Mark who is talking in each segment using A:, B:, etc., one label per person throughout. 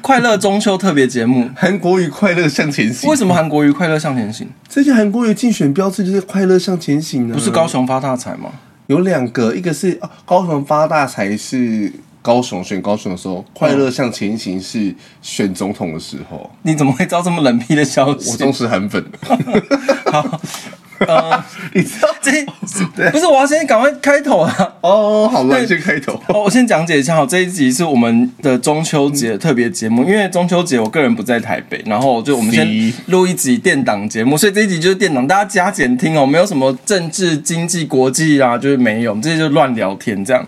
A: 快乐中秋特别节目。
B: 韩国语快乐向前行
A: 为。什么韩国瑜快乐向前行？
B: 最近韩国瑜竞选标志就是快乐向前行啊，
A: 不是高雄发大财吗？
B: 有两个，一个是、哦、高雄发大财是高雄选高雄的时候，快乐向前行是选总统的时候，
A: 你怎么会知道这么冷僻的消
B: 我
A: 息？
B: 忠实韩 粉。
A: 好，呃，
B: 你知道
A: 这不是我要先赶快开头啊！
B: 哦，好了，你先开头。
A: 哦，我先讲解一下，好，这一集是我们的中秋节特别节目，因为中秋节我个人不在台北，然后就我们先
B: See
A: 录一集电档节目，所以这一集就是电档，大家加减听哦，没有什么政治、经济、国际啊，就是没有，我们这些就乱聊天这样。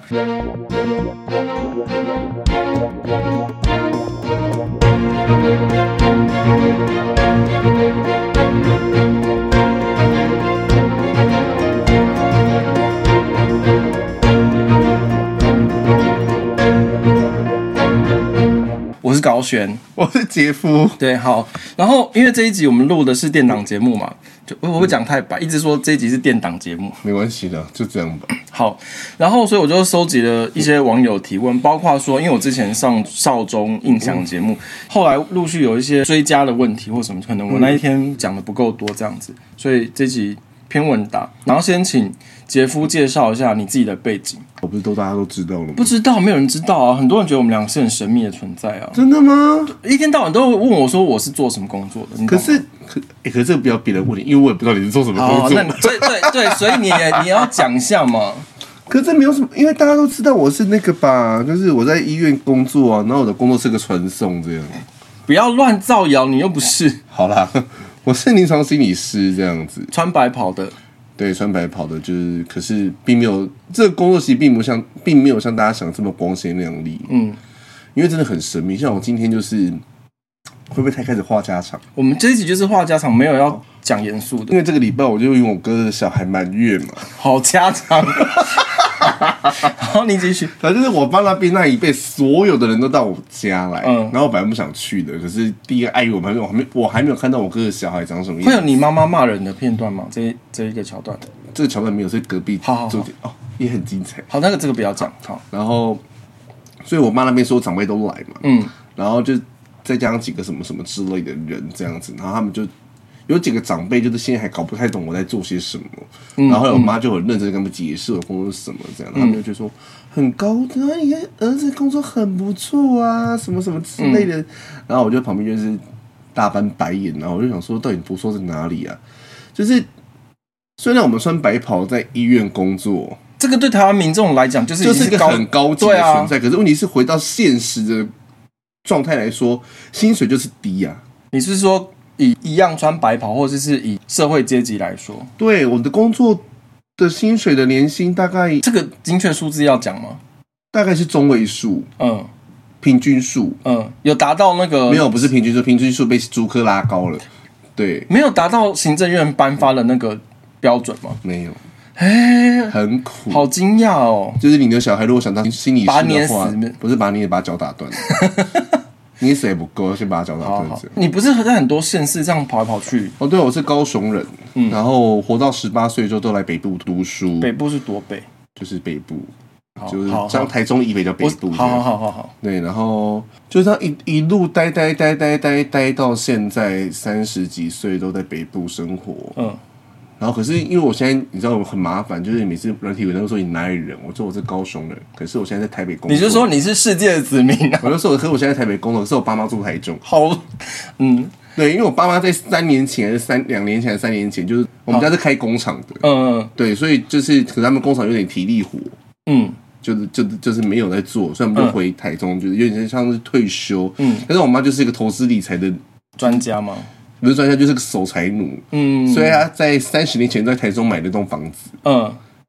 A: 我是高璇，
B: 我是杰夫，
A: 对，好。然后因为这一集我们录的是电档节目嘛，就我我会讲太白，一直说这一集是电档节目。
B: 没关系的，就这样吧。
A: 好，然后所以我就收集了一些网友提问，包括说，因为我之前上少中印象节目，后来陆续有一些追加的问题或什么，可能我那一天讲的不够多这样子，所以这集偏问答。然后先请杰夫介绍一下你自己的背景。
B: 我不是都大家都知道了吗
A: 不？知道，没有人知道啊，很多人觉得我们俩是很神秘的存在啊，
B: 真的吗？
A: 一天到晚都问我说我是做什么工作的，你懂
B: 可
A: 吗
B: 是，可、欸、可是这个不要别人问你，因为我也不知道你是做什么工
A: 哦，
B: 作。
A: 那你对对对，所以你也你要讲一下嘛。
B: 可是没有什么，因为大家都知道我是那个吧，就是我在医院工作啊，然后我的工作是个传送这样。
A: 不要乱造谣，你又不是
B: 好啦， 我是临床心理师这样子，
A: 穿白袍的。
B: 对，穿白袍的，就是可是并没有这个工作，其实并不像，并没有像大家想的这么光鲜亮丽，
A: 嗯，
B: 因为真的很神秘。像我今天就是会不会太开始话家常？
A: 我们这一集就是话家常，没有要讲严肃的
B: 因，为这个礼拜我就因为我哥的小孩满月嘛，
A: 好家常。 好，你继续。
B: 反正就是我爸那边那一辈所有的人都到我家来，
A: 嗯
B: 然后我本来不想去的，可是第一个碍哎于我们还没有我还没我还没有看到我哥的小孩长什么
A: 会
B: 样
A: 有，你妈妈骂人的片段吗？这一这一个桥段。
B: 这个桥段没有，是隔壁
A: 好好好
B: 昨天哦也很精彩。
A: 好，那个这个不要讲。好，
B: 然后，所以我妈那边说长辈都来嘛，
A: 嗯，
B: 然后就再加上几个什么什么之类的人这样子，然后他们就有几个长辈就是现在还搞不太懂我在做些什么，然后后来我妈就很认真地跟他们解释我工作是什么这样，然后他们就觉得说很高的啊，你看儿子工作很不错啊，什么什么之类的，然后我就旁边就是大翻白眼，然后我就想说到底不说在哪里啊？就是虽然我们穿白袍在医院工作，
A: 这个对台湾民众来讲就是
B: 就
A: 已
B: 是
A: 经
B: 一个
A: 高
B: 很高级的
A: 对
B: 存
A: 啊，
B: 在。可是问题是，回到现实的状态来说，薪水就是低啊。
A: 你是说以一样穿白袍，或者是以社会阶级来说，
B: 对，我的工作的薪水的年薪大概
A: 这个精确数字要讲吗？
B: 大概是中位数，
A: 嗯
B: 平均数
A: 嗯，有达到那个
B: 没有，不是平均数，平均数被租客拉高了。对，
A: 没有达到行政院颁发的那个标准吗？
B: 没有，
A: 哎、
B: 很苦。
A: 好惊讶哦！
B: 就是你的小孩如果想当心理师
A: 把他捏
B: 的
A: 死
B: 话，不是把你也把脚打 断，捏死也不够，先把他脚打
A: 好
B: 断
A: 好
B: 这样，。
A: 你不是在很多县市这样跑来跑去？
B: 哦，对，我是高雄人，
A: 嗯
B: 然后活到十八岁之后都来北部读书，
A: 北部是多北？
B: 就是北部，
A: 好
B: 就是
A: 好
B: 像
A: 好，
B: 台中以北叫北
A: 我
B: 部，
A: 好好好好好，
B: 对，然后就这样一一路待待待待待待到现在三十几岁都在北部生活，
A: 嗯，
B: 然后可是因为我现在你知道我很麻烦，就是每次软体委都说你哪里人，我说我是高雄人，可是我现在在台北工作，
A: 你就说你是世界的子民啊？
B: 我就说我可是我现在在台北工作，可是我爸妈住台中，
A: 好，嗯
B: 对，因为我爸妈在三年前还是三两年前还是三年前，就是我们家是开工厂的，
A: 嗯
B: 对，所以就是可是他们工厂有点体力活，
A: 嗯，
B: 就是就就是没有在做，所以我们就回台中，就是有点像是退休。
A: 嗯，
B: 但是我妈就是一个投资理财的，
A: 专家吗？
B: 不是专家，就是个守财奴。
A: 嗯
B: 所以她在三十年前在台中买了栋房子，
A: 嗯，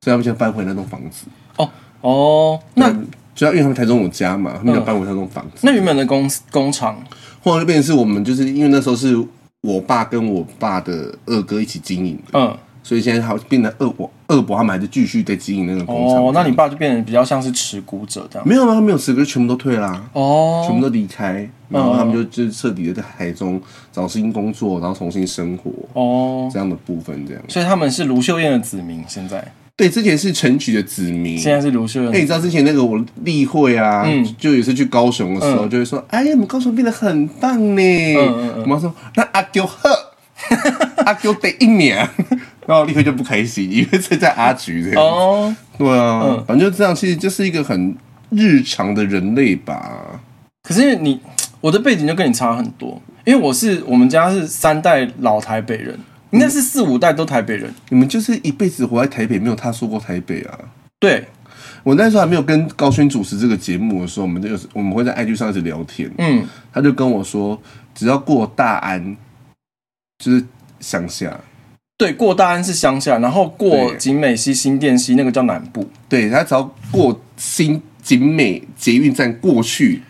B: 所以他们现在搬回那栋房子。
A: 哦哦，那
B: 主要因为他们台中有家嘛，他
A: 嗯
B: 们就搬回那栋房子。
A: 那原本的工工厂，
B: 后来就变成是我们，就是因为那时候是我爸跟我爸的二哥一起经营的，
A: 嗯
B: 所以现在好变成二伯二伯他们还是继续在经营那个工厂。
A: 哦，那你爸就变得比较像是持股者这样。
B: 没有啊吗？没有，十个全部都退啦。全部
A: 哦，
B: 都离开，然后他们就就彻底的在台中找新工作，然后重新生活
A: 哦，
B: 这样的部分，这样
A: 所以他们是卢秀燕的子民，现在
B: 对，之前是陈菊的子民，
A: 现在是嗯卢秀
B: 嗯哎、
A: 燕，
B: 你知道之前那个我例会啊，就有一次去高雄的时候，就会说，哎呀，你们高雄变得很棒呢。
A: 嗯嗯
B: 我妈说，那阿 Q 喝，阿 Q 得一年， 然后例会就不开心，因为这在阿菊这样。
A: 哦，
B: 对啊，反正就这样，其实就是一个很日常的人类吧。
A: 可是因为你我的背景就跟你差很多，因为我是我们家是三代老台北人，应该是四五代都台北人。
B: 你们就是一辈子活在台北，没有踏出过台北啊。
A: 对，
B: 我那时候还没有跟高轩主持这个节目的时候，我们就有我们会在 IG 上一直聊天。
A: 嗯，
B: 他就跟我说，只要过大安，就是乡下。
A: 对，过大安是乡下，然后过
B: 对
A: 景美溪、新店溪那个叫南部。
B: 对他只要过新景美捷运站过去，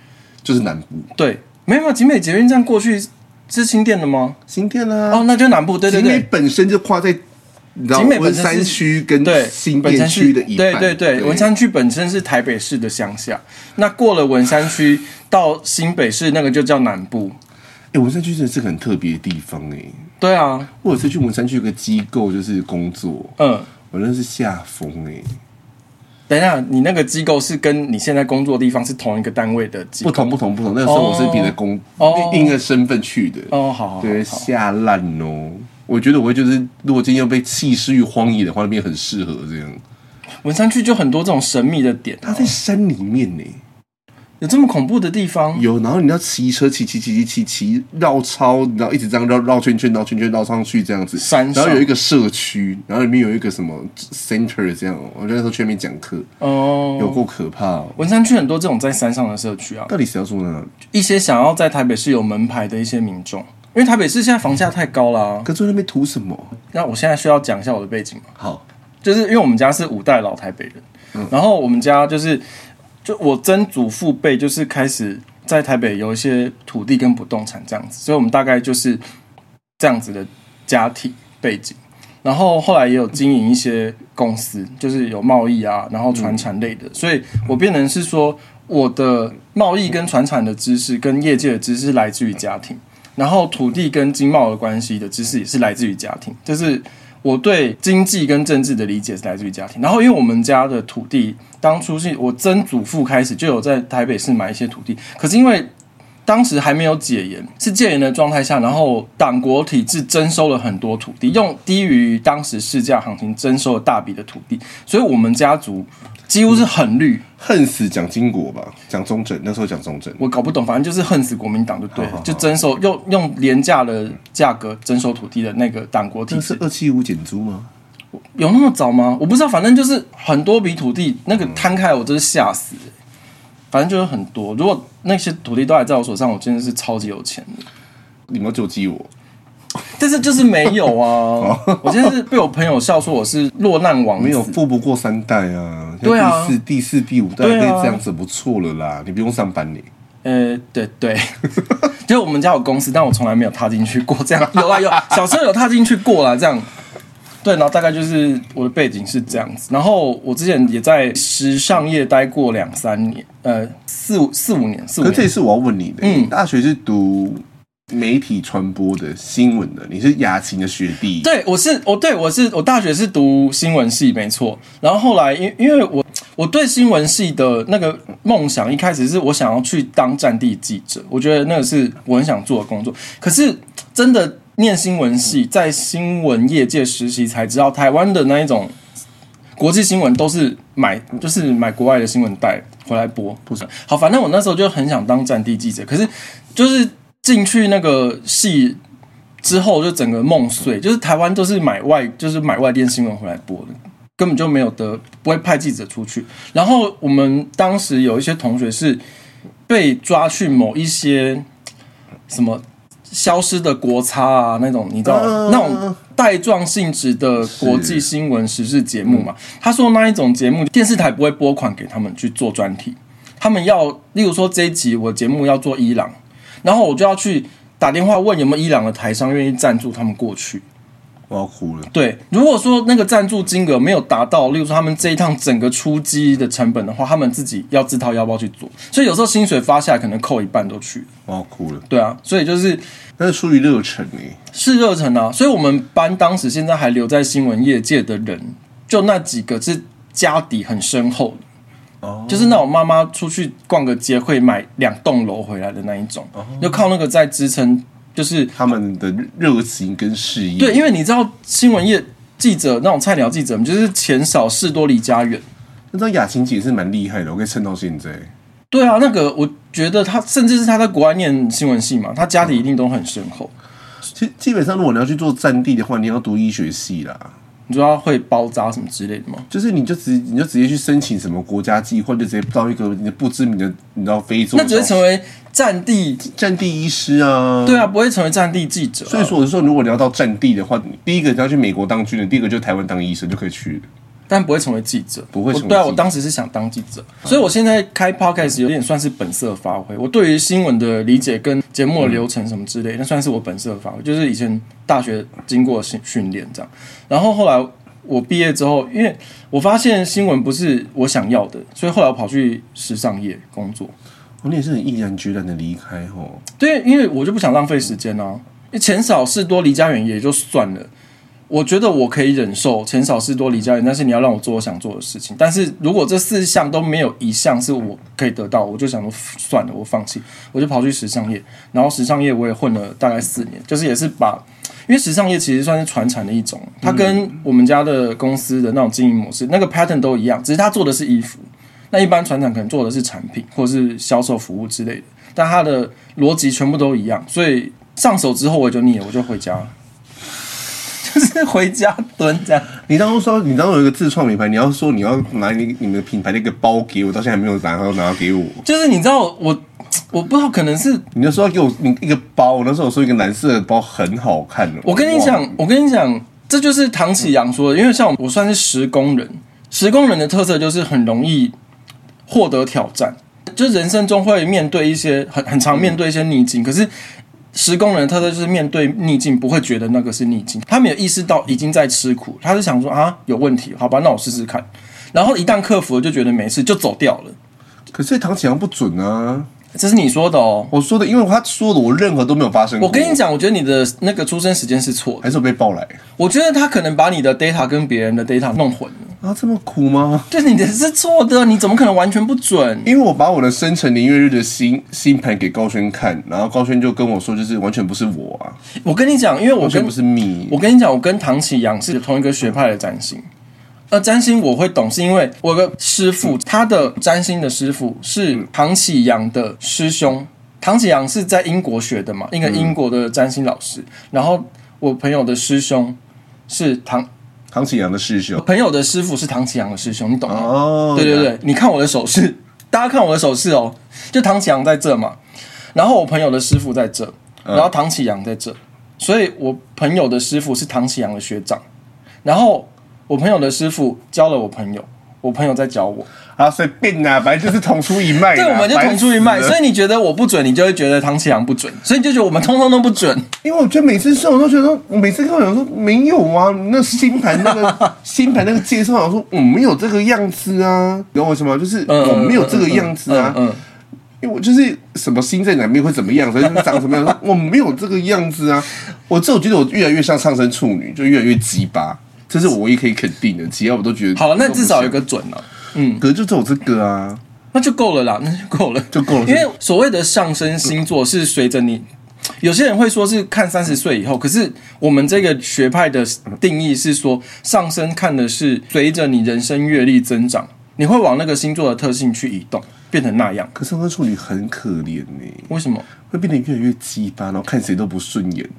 B: 就是南部
A: 对，没有没有景美捷运站过去是新店的吗？
B: 新店啊啦、
A: 哦，那就南部，对对
B: 景美
A: 对。
B: 本身就跨在你知道
A: 景美本
B: 文
A: 身是
B: 山区跟
A: 对，
B: 新
A: 本
B: 店
A: 身
B: 区
A: 是
B: 的一
A: 对
B: 半。
A: 对对，文山区本身是台北市的乡下，那过了文山区到新北市那个就叫南部。
B: 哎、文山区真的是个很特别的地方哎、
A: 对啊，
B: 我有一次去文山区有个机构就是工作，
A: 嗯，
B: 我那是下风哎、
A: 等一下，你那个机构是跟你现在工作的地方是同一个单位的机
B: 不
A: 构？
B: 同不同不同，那个时候我是别的工、
A: 哦
B: 另一个身份去的。
A: 哦，好好好
B: 对，
A: 好，
B: 下烂哦。我觉得我会就是，如果今天要被弃尸于荒野的话，那边很适合这样。
A: 文山区就很多这种神秘的点、
B: 它在山里面呢，
A: 有这么恐怖的地方？
B: 有，然后你要骑车骑骑骑骑骑骑绕超，然后一直这样绕绕圈圈绕圈圈绕上去这样子。
A: 山
B: 然
A: 上
B: 后有一个社区，然后里面有一个什么 center 这样哦，我就那时候去那边讲课，
A: 哦，
B: 有够可怕哦。
A: 文山区很多这种在山上的社区啊，
B: 到底谁要住那？
A: 一些想要在台北市有门牌的一些民众，因为台北市现在房价太高啦、
B: 可住那边图什么？
A: 那我现在需要讲一下我的背景吗？
B: 好，
A: 就是因为我们家是五代老台北人，然后我们家就是就我曾祖父辈就是开始在台北有一些土地跟不动产这样子，所以我们大概就是这样子的家庭背景。然后后来也有经营一些公司，就是有贸易啊，然后传产类的，所以我变成是说我的贸易跟传产的知识跟业界的知识来自于家庭，然后土地跟经贸的关系的知识也是来自于家庭，就是我对经济跟政治的理解是来自于家庭。然后，因为我们家的土地当初是我曾祖父开始就有在台北市买一些土地，可是因为当时还没有解严，是戒严的状态下，然后党国体制征收了很多土地，用低于当时市价行情征收了大笔的土地，所以我们家族几乎是很绿。
B: 恨死蒋经国吧，蒋中正那时候蒋中正，
A: 我搞不懂，反正就是恨死国民党就对了，
B: 好好好
A: 就征收用用廉价的价格征收土地的那个党国体
B: 那
A: 制
B: 是。二七五减租吗？
A: 有那么早吗？我不知道，反正就是很多笔土地那个摊开来，我真是吓死、欸。反正就是很多，如果那些土地都还在我手上，我真的是超级有钱的。
B: 你们要救济我？
A: 但是就是没有
B: 哦
A: 啊！我现在是被我朋友笑说我是落难王子，
B: 没有富不过三代啊，
A: 对啊
B: 像第四、第四、第五代可
A: 对
B: 以
A: 啊
B: 这样子不错了啦，你不用上班呢。
A: 呃，对对，就是我们家有公司，但我从来没有踏进去过。这样有啊有，小时候有踏进去过啦。这样，对，然后大概就是我的背景是这样子。然后我之前也在时尚业待过两三年，呃，四五四五年，四五
B: 可
A: 年
B: 是这也是我要问你的，
A: 嗯
B: 你大学是读媒体传播的新闻的，你是雅琴的学弟，
A: 对，我是我对我是我大学是读新闻系，没错。然后后来因因为我我对新闻系的那个梦想，一开始是我想要去当战地记者，我觉得那个是我很想做的工作。可是真的念新闻系，在新闻业界实习，才知道台湾的那一种国际新闻都是买，就是买国外的新闻带回来播。不是，好，反正我那时候就很想当战地记者，可是就是进去那个系之后，就整个梦碎，就是台湾都是买外，就是买外电新闻回来播的。根本就没有得不会派记者出去。然后我们当时有一些同学是被抓去某一些什么消失的国差啊那种，你知道、
B: 嗯
A: 那种带状性质的国际新闻时事节目嘛？他说那一种节目电视台不会拨款给他们去做专题，他们要例如说这一集我节目要做伊朗，然后我就要去打电话问有没有伊朗的台商愿意赞助他们过去。
B: 我要哭了。
A: 对，如果说那个赞助金额没有达到，例如说他们这一趟整个出击的成本的话，他们自己要自掏腰包去做，所以有时候薪水发下来可能扣一半都去。
B: 我要哭了，
A: 对啊，所以就是
B: 那是出于热忱呢、
A: 是热忱啊，所以我们班当时现在还留在新闻业界的人，就那几个是家底很深厚的，就是那种妈妈出去逛个街会买两栋楼回来的那一种，就靠那个在支撑，就是
B: 他们的热情跟事业，
A: 对，因为你知道新闻业记者那种菜鸟记者，就是钱少事多离家远。
B: 那张雅琴姐是蛮厉害的，我可以撑到现在。
A: 对啊，那个我觉得他甚至是他在国外念新闻系嘛，他家底一定都很深厚。
B: 其基本上，如果你要去做战地的话，你要读医学系啦，
A: 你说他会包扎什么之类的吗？
B: 就是你就直你就直接去申请什么国家计划，就直接到一个你不知名的，你知道非洲，
A: 那只会成为战地，
B: 战地医师啊。
A: 对啊，不会成为战地记者啊、
B: 所以说我是说，如果你要到战地的话，你第一个你要去美国当军人，第一个就是台湾当医生就可以去了。
A: 但不会成为记者，
B: 不会成为
A: 我对啊，
B: 记者嗯
A: 我当时是想当记者，所以我现在开 podcast 有点算是本色发挥。我对于新闻的理解跟节目的流程什么之
B: 嗯
A: 类，那算是我本色发挥，就是以前大学经过训训练这样。然后后来我毕业之后，因为我发现新闻不是我想要的，所以后来我跑去时尚业工作。
B: 哦，你也是很毅然决然的离开哦。
A: 对，因为我就不想浪费时间啊。钱少事多，离家远也就算了。我觉得我可以忍受钱少事多离家远，但是你要让我做我想做的事情。但是如果这四项都没有一项是我可以得到，我就想说算了，我放弃，我就跑去时尚业。然后时尚业我也混了大概四年，就是也是把，因为时尚业其实算是传产的一种，它跟我们家的公司的那种经营模式、那个 pattern 都一样，只是它做的是衣服。那一般船厂可能做的是产品或者是销售服务之类的，但它的逻辑全部都一样，所以上手之后我就腻了，我就回家了， 就是回家蹲这样。
B: 你当初说你当初有一个自创品牌，你要说你要拿你你们的品牌的一个包给我，到现在还没有拿到拿给我。
A: 就是你知道我，我不知道可能是
B: 你那时候要给我你一个包，我那时候我说一个蓝色的包很好看哦
A: 我跟你，
B: 哇
A: 讲，我跟你讲，这就是唐启阳说的，因为像我算是实工人，实工人的特色就是很容易获得挑战，就是人生中会面对一些很很常面对一些逆境，可是。实工人的特色就是面对逆境不会觉得那个是逆境，他没有意识到已经在吃苦，他是想说啊有问题，好吧，那我试试看。然后一旦克服了，就觉得没事，就走掉了。
B: 可是唐启阳不准啊！
A: 这是你说的哦。
B: 我说的，因为他说的我任何都没有发生过。
A: 我跟你，讲，我觉得你的那个出生时间是错的，
B: 还是我被爆来
A: 我觉得他可能把你的 data 跟别人的 data 弄混了。
B: 啊？这么苦吗？
A: 对，你的是错的，啊你怎么可能完全不准？
B: 因为我把我的生辰年月日的星星盘给高轩看，然后高轩就跟我说，就是完全不是我啊，
A: 我跟你讲，因为我
B: 完全
A: 跟
B: 不是 me。
A: 我跟你讲，我跟唐启阳是同一个学派的占星。呃，占星我会懂，是因为我有个师傅，他的占星的师傅是唐启阳的师兄。唐启阳是在英国学的嘛，一
B: 嗯
A: 个英国的占星老师。然后我朋友的师兄是唐，
B: 唐启阳的师兄
A: 我朋友的师傅是唐启阳的师兄，你懂吗？
B: 哦，
A: 对对，对，你看我的手势， 大家看我的手势哦，就唐启阳在这嘛，然后我朋友的师傅在这，然后唐启阳在这，所以我朋友的师傅是唐启阳的学长，然后我朋友的师傅教了我朋友，我朋友在教我，
B: 啊，随便啦，反正就是同出一脉啦。
A: 对，我们就同出一脉，所
B: 以
A: 以你觉得我不准，你就会觉得唐启阳不准，所以你就觉得我们通通都不准。
B: 因为我觉得每次上我都觉得说，每次看我想说没有啊，那星盘那 个星盘那个介绍，我说我没有这个样子啊，你懂我意思吗？就是
A: 嗯
B: 我没有这个样子啊，
A: 嗯嗯嗯嗯
B: 因为我就是什么星在哪边会怎么样，所以长什么样，我说我没有这个样子 啊。我这我觉得我越来越像上升处女，就越来越鸡巴，这是我唯一可以肯定的。其他我都觉得
A: 好了，那至少有
B: 有，
A: 个准啊了。
B: 可是就只嗯有这个啊，
A: 那就够了啦， 那就够了，
B: 就够了
A: 因为所谓的上升星座是随着你，有些人会说是看三十岁以后，可是我们这个学派的定义是说，上升看的是随着你人生阅历增长，你会往那个星座的特性去移动，变成那样。
B: 可是上升处女很可怜呢、
A: 为什么？
B: 会变得越来越鸡巴，然后看谁都不顺眼。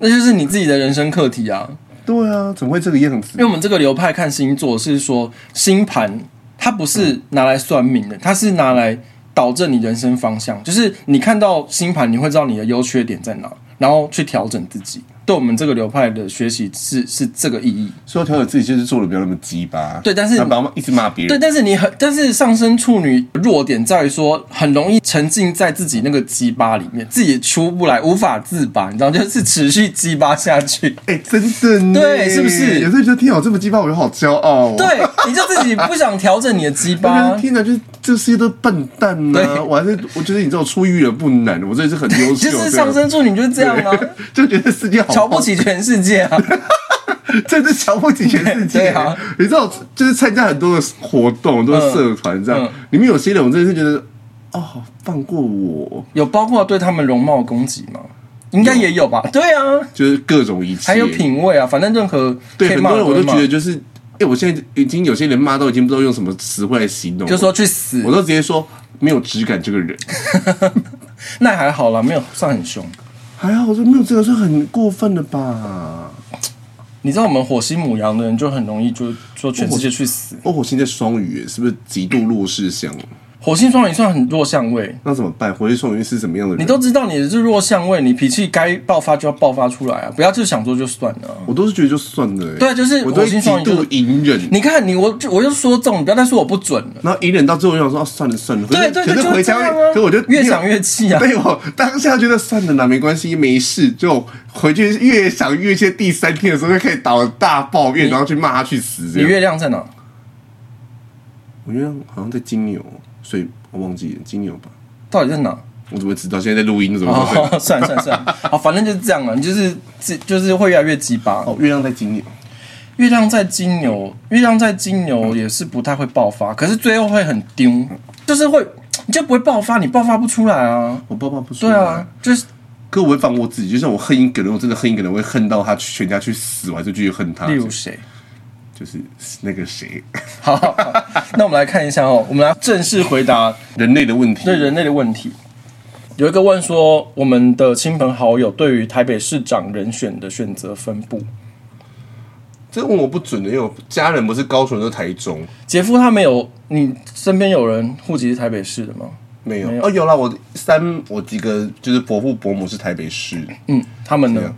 A: 那就是你自己的人生课题啊。
B: 对啊，怎么会这个样子
A: 因为？我们这个流派看星座是说星盘，它不
B: 嗯
A: 是拿来算命的，它是拿来导正你人生方向。就是你看到星盘，你会知道你的优缺点在哪，然后去调整自己。对我们这个流派的学习是是这个意义。
B: 所以调整自己就是做的不要那么鸡巴。
A: 对但是
B: 然后把他们一直骂别
A: 对，
B: 人。
A: 但是你很，但是上升处女弱点在于说，很容易沉浸在自己那个鸡巴里面，自己出不来，无法自拔，你知道，就是持续鸡巴下 去。
B: 哎、真的呢
A: 对是不是
B: 有时候觉得天啊，我这么鸡巴，我就好骄傲、哦。
A: 对，你就自己不想调整你的鸡
B: 我觉
A: 巴
B: 得。天哪，就是这世界都笨蛋呐、
A: 对
B: 我还是我觉得你这种出狱了不难，我真的是很优秀。
A: 就是上升处女就是这样啊，
B: 对，就觉得世界好
A: 瞧不起全世界啊！
B: 真的瞧不起全世界
A: 对啊！
B: 你知道，就是参加很多的活动、很多的社团这样，
A: 嗯
B: 里面有些人我真的是觉得，哦，放过我，
A: 有包括对他们容貌攻击吗？应该也有吧？对啊，
B: 就是各种一切，
A: 还有品味啊，反正任何
B: 对
A: 可以
B: 很
A: 骂
B: 多
A: 的
B: 人我
A: 会
B: 都
A: 骂
B: 觉得就是，哎、我现在已经有些人骂到已经不知道用什么词汇来形容，
A: 就说去死
B: 我，都直接说没有质感这个人。
A: 那还好啦，没有算很凶。
B: 还好，我说没有这个是很过分了吧？
A: 你知道我们火星母羊的人就很容易就说全世界去死。
B: 哦，我现在双鱼耶是不是极度弱势相？
A: 火星双鱼算很弱相位，
B: 那怎么办？火星双鱼是什么样的人？
A: 你都知道你是弱相位，你脾气该爆发就要爆发出来啊，不要就想说就算了啊。
B: 我都是觉得就算了耶，欸
A: 对啊就是
B: 我都会
A: 火星
B: 极
A: 双鱼就是
B: 度隐忍，
A: 你看你我就我就说中，你不要再说我不准了。
B: 然后隐忍到最后，我想说、啊、算了算了，可
A: 对
B: 是
A: 对
B: 可
A: 对，
B: 是
A: 就
B: 回
A: 是这
B: 家
A: 样
B: 会，
A: 啊
B: 可是我就
A: 越想越气啊。
B: 对我当下觉得算了啦，没关系，没事，就回去越想越气。第三天的时候就可以倒大抱怨，然后去骂他去死这
A: 你
B: 样。
A: 月亮在哪？
B: 我觉得好像在金牛，所以我忘记了金牛吧。
A: 到底在哪？
B: 我怎么会知道？现在在录音，怎么会知道？
A: 哦， 算了算了算了，好，反正就是这样了，你就是自就是会越来越鸡巴。
B: 哦，月亮在金牛。
A: 月亮在金牛，月亮在金牛也是不太会爆发，可是最后会很丢，就是会你就不会爆发，你爆发不出来啊。
B: 我爸爸不说。
A: 对啊，，就是
B: 可我会放过自己，就像我恨一个人，我真的恨一个人，我会恨到他全家去死，我还是继续恨他。
A: 例如谁？
B: 就是那个谁，
A: 好，好好那我们来看一下哦，我们来正式回答
B: 人类的问题。
A: 对人类的问题。有一个问说，我们的亲朋好友对于台北市长人选的选择分布，
B: 这问我不准的，因为我家人不是高雄，就是台中。
A: 杰夫他没有，你身边有人户籍是台北市的吗？
B: 没有
A: 没有
B: 哦，有啦，我三我几个就是伯父伯母是台北市，
A: 嗯，他们
B: 对啊
A: 呢？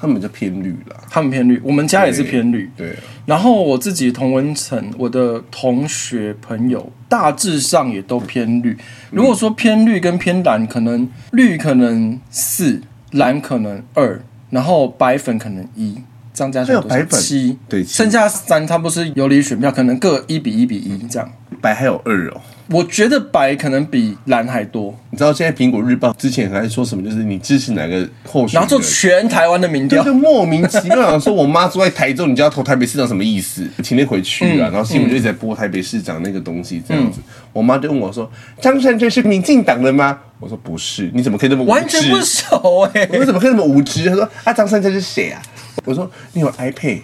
B: 他们比较偏绿啦。
A: 他们偏绿，我们家也是偏绿。
B: 对啊，
A: 然后我自己同文层，我的同学朋友大致上也都偏绿。如果说偏绿跟偏蓝，可能绿可能四，蓝可能二，然后白粉可能一，这样加起来多
B: 还
A: 少
B: 有白粉
A: 七？
B: 对七
A: 剩下三差不多是游离选票，可能各一比一比一这样。
B: 白还有二哦。
A: 我觉得白可能比蓝还多，
B: 你知道现在苹果日报之前还在说什么？就是你支持哪个候选人？
A: 然后做全台湾的民
B: 就
A: 调
B: 是。莫名其妙想说，我妈住在台中，你就要投台北市长，什么意思？前天回去
A: 嗯
B: 啊，然后新闻就一直在播台北市长那个东西，这样子。我妈就问我说：“张善政是民进党的吗？”我说：“不是，你怎么可以那么无知？”
A: 完全不熟哎、
B: 我说怎么可以那么无知？他说：“啊，张善政是谁啊？”我说：“你有 iPad，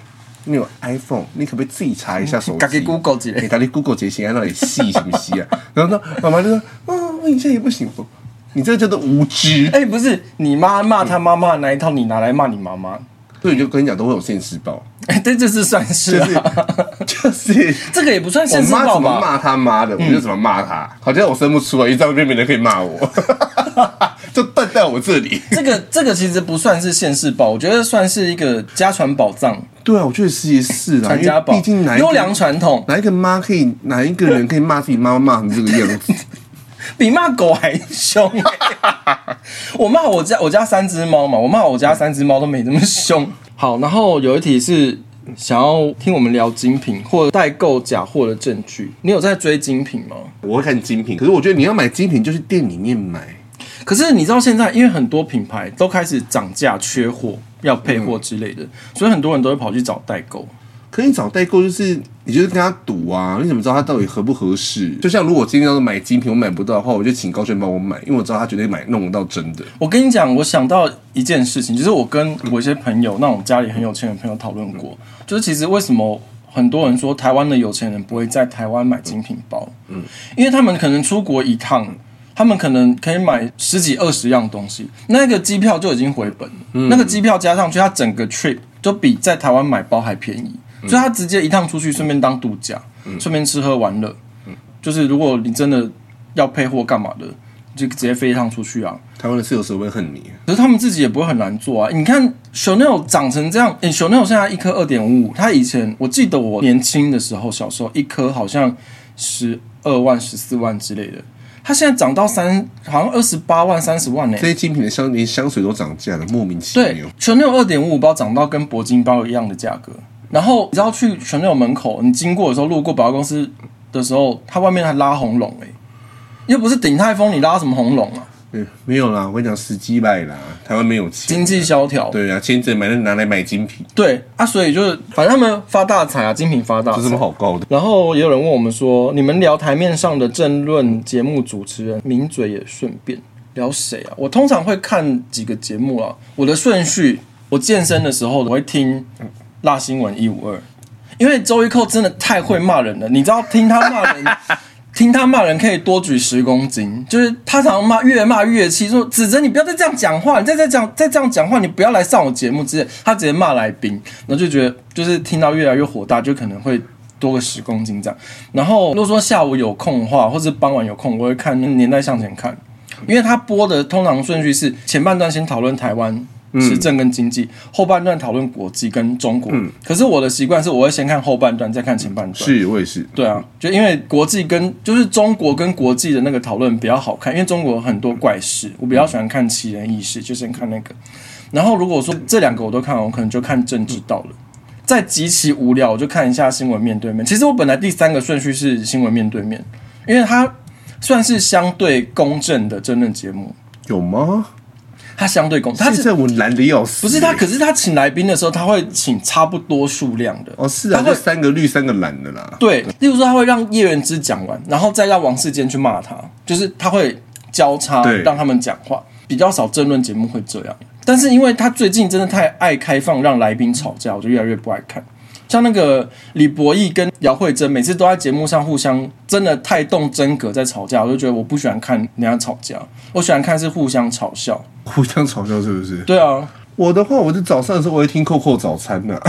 B: 你有 iPhone，你可不可以自己查一下手 机？
A: 自己 Google 一下
B: 你打你 Google 这些，那里细什么细啊？” 然后说：“妈妈就说：‘哦，问一下也不行。’我说：‘你这叫做无知。’
A: 哎、不是你妈骂他妈妈的那一套，你拿来骂你妈妈，
B: 所以我就跟你讲，都会有现实报。”
A: 哎、 对，这是算是、
B: 就是
A: 啊，
B: 就是
A: 这个也不算
B: 我
A: 现世
B: 妈
A: 报
B: 怎么
A: 吧？
B: 骂他妈的，我就怎么骂他，好像我生不出来，因为在外面没人可以骂我， 就笨在我这里。
A: 这个这个其实不算是现世报，我觉得算是一个家传宝藏、
B: 对啊，我觉得是也是啦，
A: 传
B: 因
A: 家
B: 为
A: 宝
B: 毕竟哪、一
A: 优
B: 个
A: 良传统，
B: 哪一个妈可以，哪一个人可以骂自己妈妈骂成这个样子？
A: 比骂狗还凶、 哎我骂我家我家三只猫嘛，我骂我家三只猫都没这么凶。 好，然后有一题是想要听我们聊精品或代购假货的证据，你有在追精品吗？
B: 我会看精品，可是我觉得你要买精品就去店里面买。
A: 可是你知道现在，因为很多品牌都开始涨价、缺货、要配货之类的，所以很多人都会跑去找代购。
B: 可你找代购就是，你就是跟他赌啊，你怎么知道他到底合不合适？就像如果我今天要是买精品，我买不到的话，我就请高轩帮我买，因为我知道他绝对买弄得到真的。
A: 我跟你讲，我想到一件事情，就是我跟我一些朋友，那种家里很有钱的朋友讨论过，就是其实为什么很多人说台湾的有钱人不会在台湾买精品包，嗯，因为他们可能出国一趟。他们可能可以买十几二十样东西，那个机票就已经回本了。那个机票加上去，它整个 trip 就比在台湾买包还便宜，所以他直接一趟出去，顺便当度假，顺便吃喝玩乐。就是如果你真的要配货干嘛的，就直接飞一趟出去啊。
B: 台湾的室友是会恨你，
A: 可是他们自己也不会很难做啊。你看 Chanel 长成这样、欸、，Chanel 现在一颗二点五五，它以前我记得我年轻的时候，小时候一颗好像十二万、十四万之类的，它现在涨到三，好像二十八万、三十万呢、
B: 这些精品的香连香水都涨价了，莫名其
A: 对
B: 妙。
A: ，Chanel 二点五五包涨到跟铂金包一样的价格。然后你知道去 Chanel 门口，你经过的时候，路过百货公司的时候，它外面还拉红龙哎、又不是鼎泰丰，你拉什么红龙啊？
B: 嗯，没有啦，我跟你讲，十几百啦，台湾没有钱，
A: 经济萧条，
B: 对啊，签证买那拿来买精品，
A: 对啊，所以就是反正他们发大财啊，精品发大
B: 有什
A: 财。
B: 么好告的？
A: 然后也有人问我们说，你们聊台面上的政论节目主持人，名嘴也顺便聊谁啊？我通常会看几个节目啊，我的顺序，我健身的时候我会听辣新闻一五二，因为周一蔻真的太会骂人了，你知道听他骂人。听他骂人可以多举十公斤，就是他常常骂，越骂越气，说指责你不要再这样讲话，你再再讲再这样讲话，你不要来上我节目之类。他直接骂来宾，然后就觉得就是听到越来越火大，就可能会多个十公斤这样。然后如果说下午有空的话，或是傍晚有空，我会看《年代向前看》，因为他播的通常顺序是前半段先讨论台湾。时政跟经济，后半段讨论国际跟中国。可是我的习惯是，我会先看后半段，再看前半段。
B: 是我也是，
A: 对啊，就因为国际跟就是中国跟国际的那个讨论比较好看，因为中国很多怪事，我比较喜欢看奇人异事，就先看那个。然后如果说这两个我都看完，我可能就看政治到了。再极其无聊，我就看一下新闻面对面。其实我本来第三个顺序是新闻面对面，因为它算是相对公正的政论节目，
B: 有吗？
A: 它相对公，它
B: 现
A: 是
B: 在我懒得要死、
A: 不是它？
B: 欸
A: 可是它请来宾的时候，他会请差不多数量的
B: 哦，是啊，
A: 他
B: 就
A: 会
B: 三个绿，三个蓝的啦。
A: 对，例如说他会让叶元之讲完，然后再让王世坚去骂他，就是他会交叉
B: 对
A: 让他们讲话，比较少争论节目会这样。但是因为他最近真的太爱开放让来宾吵架，我就越来越不爱看。像那个李博义跟姚慧珍，每次都在节目上互相真的太动真格在吵架，我就觉得我不喜欢看人家吵架，我喜欢看是互相嘲笑。
B: 互相嘲笑是不是？
A: 对 啊，
B: 我的话，我是早上的时候我会听扣扣早餐的、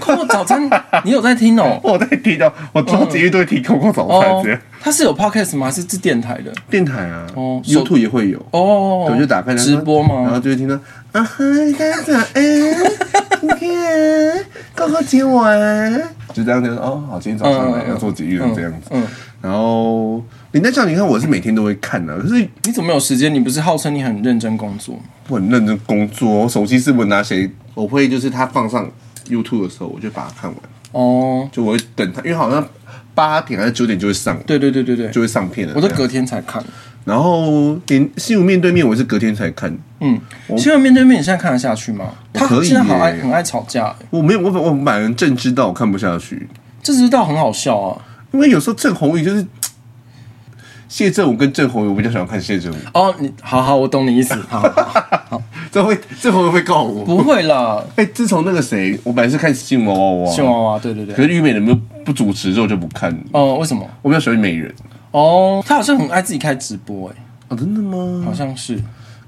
A: 扣扣早餐你有在听哦？
B: 我在听到我周几都会听扣扣早餐
A: 哦
B: 这样。，
A: 他是有 podcast 吗？还是是电台的？
B: 电台啊、
A: 哦
B: y o u t u b e 也会有。
A: 哦，
B: 我就打开
A: 直播吗？
B: 然后就会听到啊嗨，大家早安，今天扣扣接我啊，就这样就说哦，好，今天早上来、
A: 嗯嗯
B: 要做节育了这样子。
A: 嗯，
B: 然后你那叫你看，我是每天都会看的、可是
A: 你怎么有时间？你不是号称你很认真工作吗？
B: 我很认真工作，我手机是我拿谁，我会就是它放上 YouTube 的时候，我就把它看完，
A: 哦，
B: 就我会等它，因为好像八点还是九点就会上，
A: 对对对对对，
B: 就会上片了。
A: 我都
B: 这样
A: 隔天才看。
B: 然后连新闻面对面，我是隔天才看，
A: 嗯，新闻面对面，你现在看得下去吗？他
B: 可以
A: 现在好爱
B: 耶
A: 很爱吵架、欸，
B: 我没有，我反我反而正知道我看不下去，
A: 这知道很好笑啊。
B: 因为有时候郑红宇就是。谢振武跟郑红宇，我比较喜欢看谢振武。
A: 哦，你好好，我懂你意思。好，好好
B: 郑会郑红宇会告我。
A: 不会啦，
B: 哎、自从那个谁，我本来是看新娃娃娃，
A: 新娃娃，对对
B: 可
A: 对。
B: 是虞美人不不主持之后就不看了。
A: 哦，为什么？
B: 我比较喜欢虞美人。
A: 哦，他好像很爱自己开直播、欸，
B: 哦，真的吗？
A: 好像是。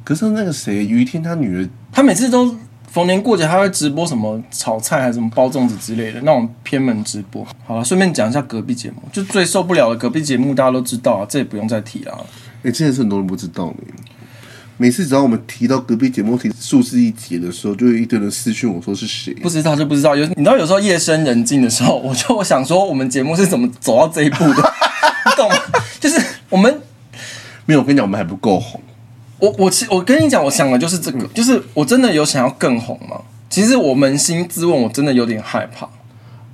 B: 可是那个谁，于天他女儿，
A: 他每次都逢年过节，他会直播什么炒菜还是什么包粽子之类的那种偏门直播。好了，顺便讲一下隔壁节目，就最受不了的隔壁节目，大家都知道啊，这也不用再提啦。
B: 哎、真的是很多人不知道呢。每次只要我们提到隔壁节目提数字一节的时候，就有一堆人私讯我说是谁。
A: 不知道就不知道，有你知道有时候夜深人静的时候，我就想说我们节目是怎么走到这一步的，你懂吗？就是我们。
B: 没有，我跟你讲，我们还不够红。
A: 我我其我跟你讲，我想的就是这个，就是我真的有想要更红吗？其实我扪心自问，我真的有点害怕。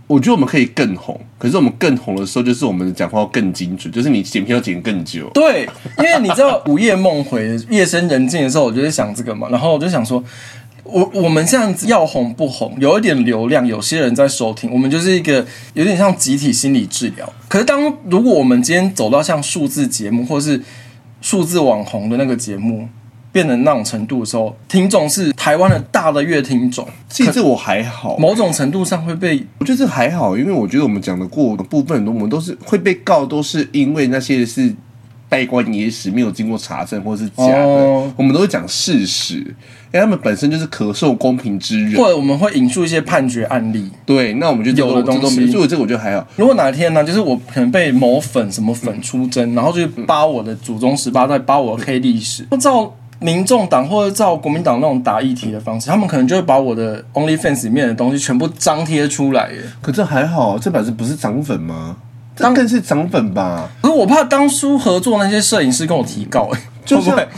B: 我觉得我们可以更红，可是我们更红的时候，就是我们的讲话要更精准，就是你剪片要剪更久。
A: 对，因为你知道午夜梦回、夜深人静的时候，我就在想这个嘛，然后我就想说，我我们这样子要红不红，有一点流量，有些人在收听，我们就是一个有点像集体心理治疗。可是当如果我们今天走到像数字节目或是数字网红的那个节目。变成那种程度的时候，听众是台湾的大的乐听众，
B: 其实这我还好，
A: 某种程度上会被
B: 我觉得这还好，因为我觉得我们讲的过的部分很多，我们都是会被告，都是因为那些是拜官野史没有经过查证或是假的，
A: 哦
B: 我们都会讲事实，因为他们本身就是可受公平之人。
A: 或者我们会引述一些判决案例，
B: 对，那我们就
A: 有的
B: 这都
A: 东西
B: 这都没所以这个我觉得还好。
A: 如果哪天呢，就是我可能被某粉什么粉出征，然后就扒我的祖宗十八代，扒我的黑历史，照民众党或者照国民党那种打议题的方式，他们可能就会把我的 OnlyFans 里面的东西全部张贴出来欸耶。
B: 可这还好，这本身不是涨粉吗？这
A: 当
B: 更是涨粉吧？
A: 可是我怕当初合作那些摄影师跟我提告，哎，
B: 就
A: 会不
B: 像
A: 会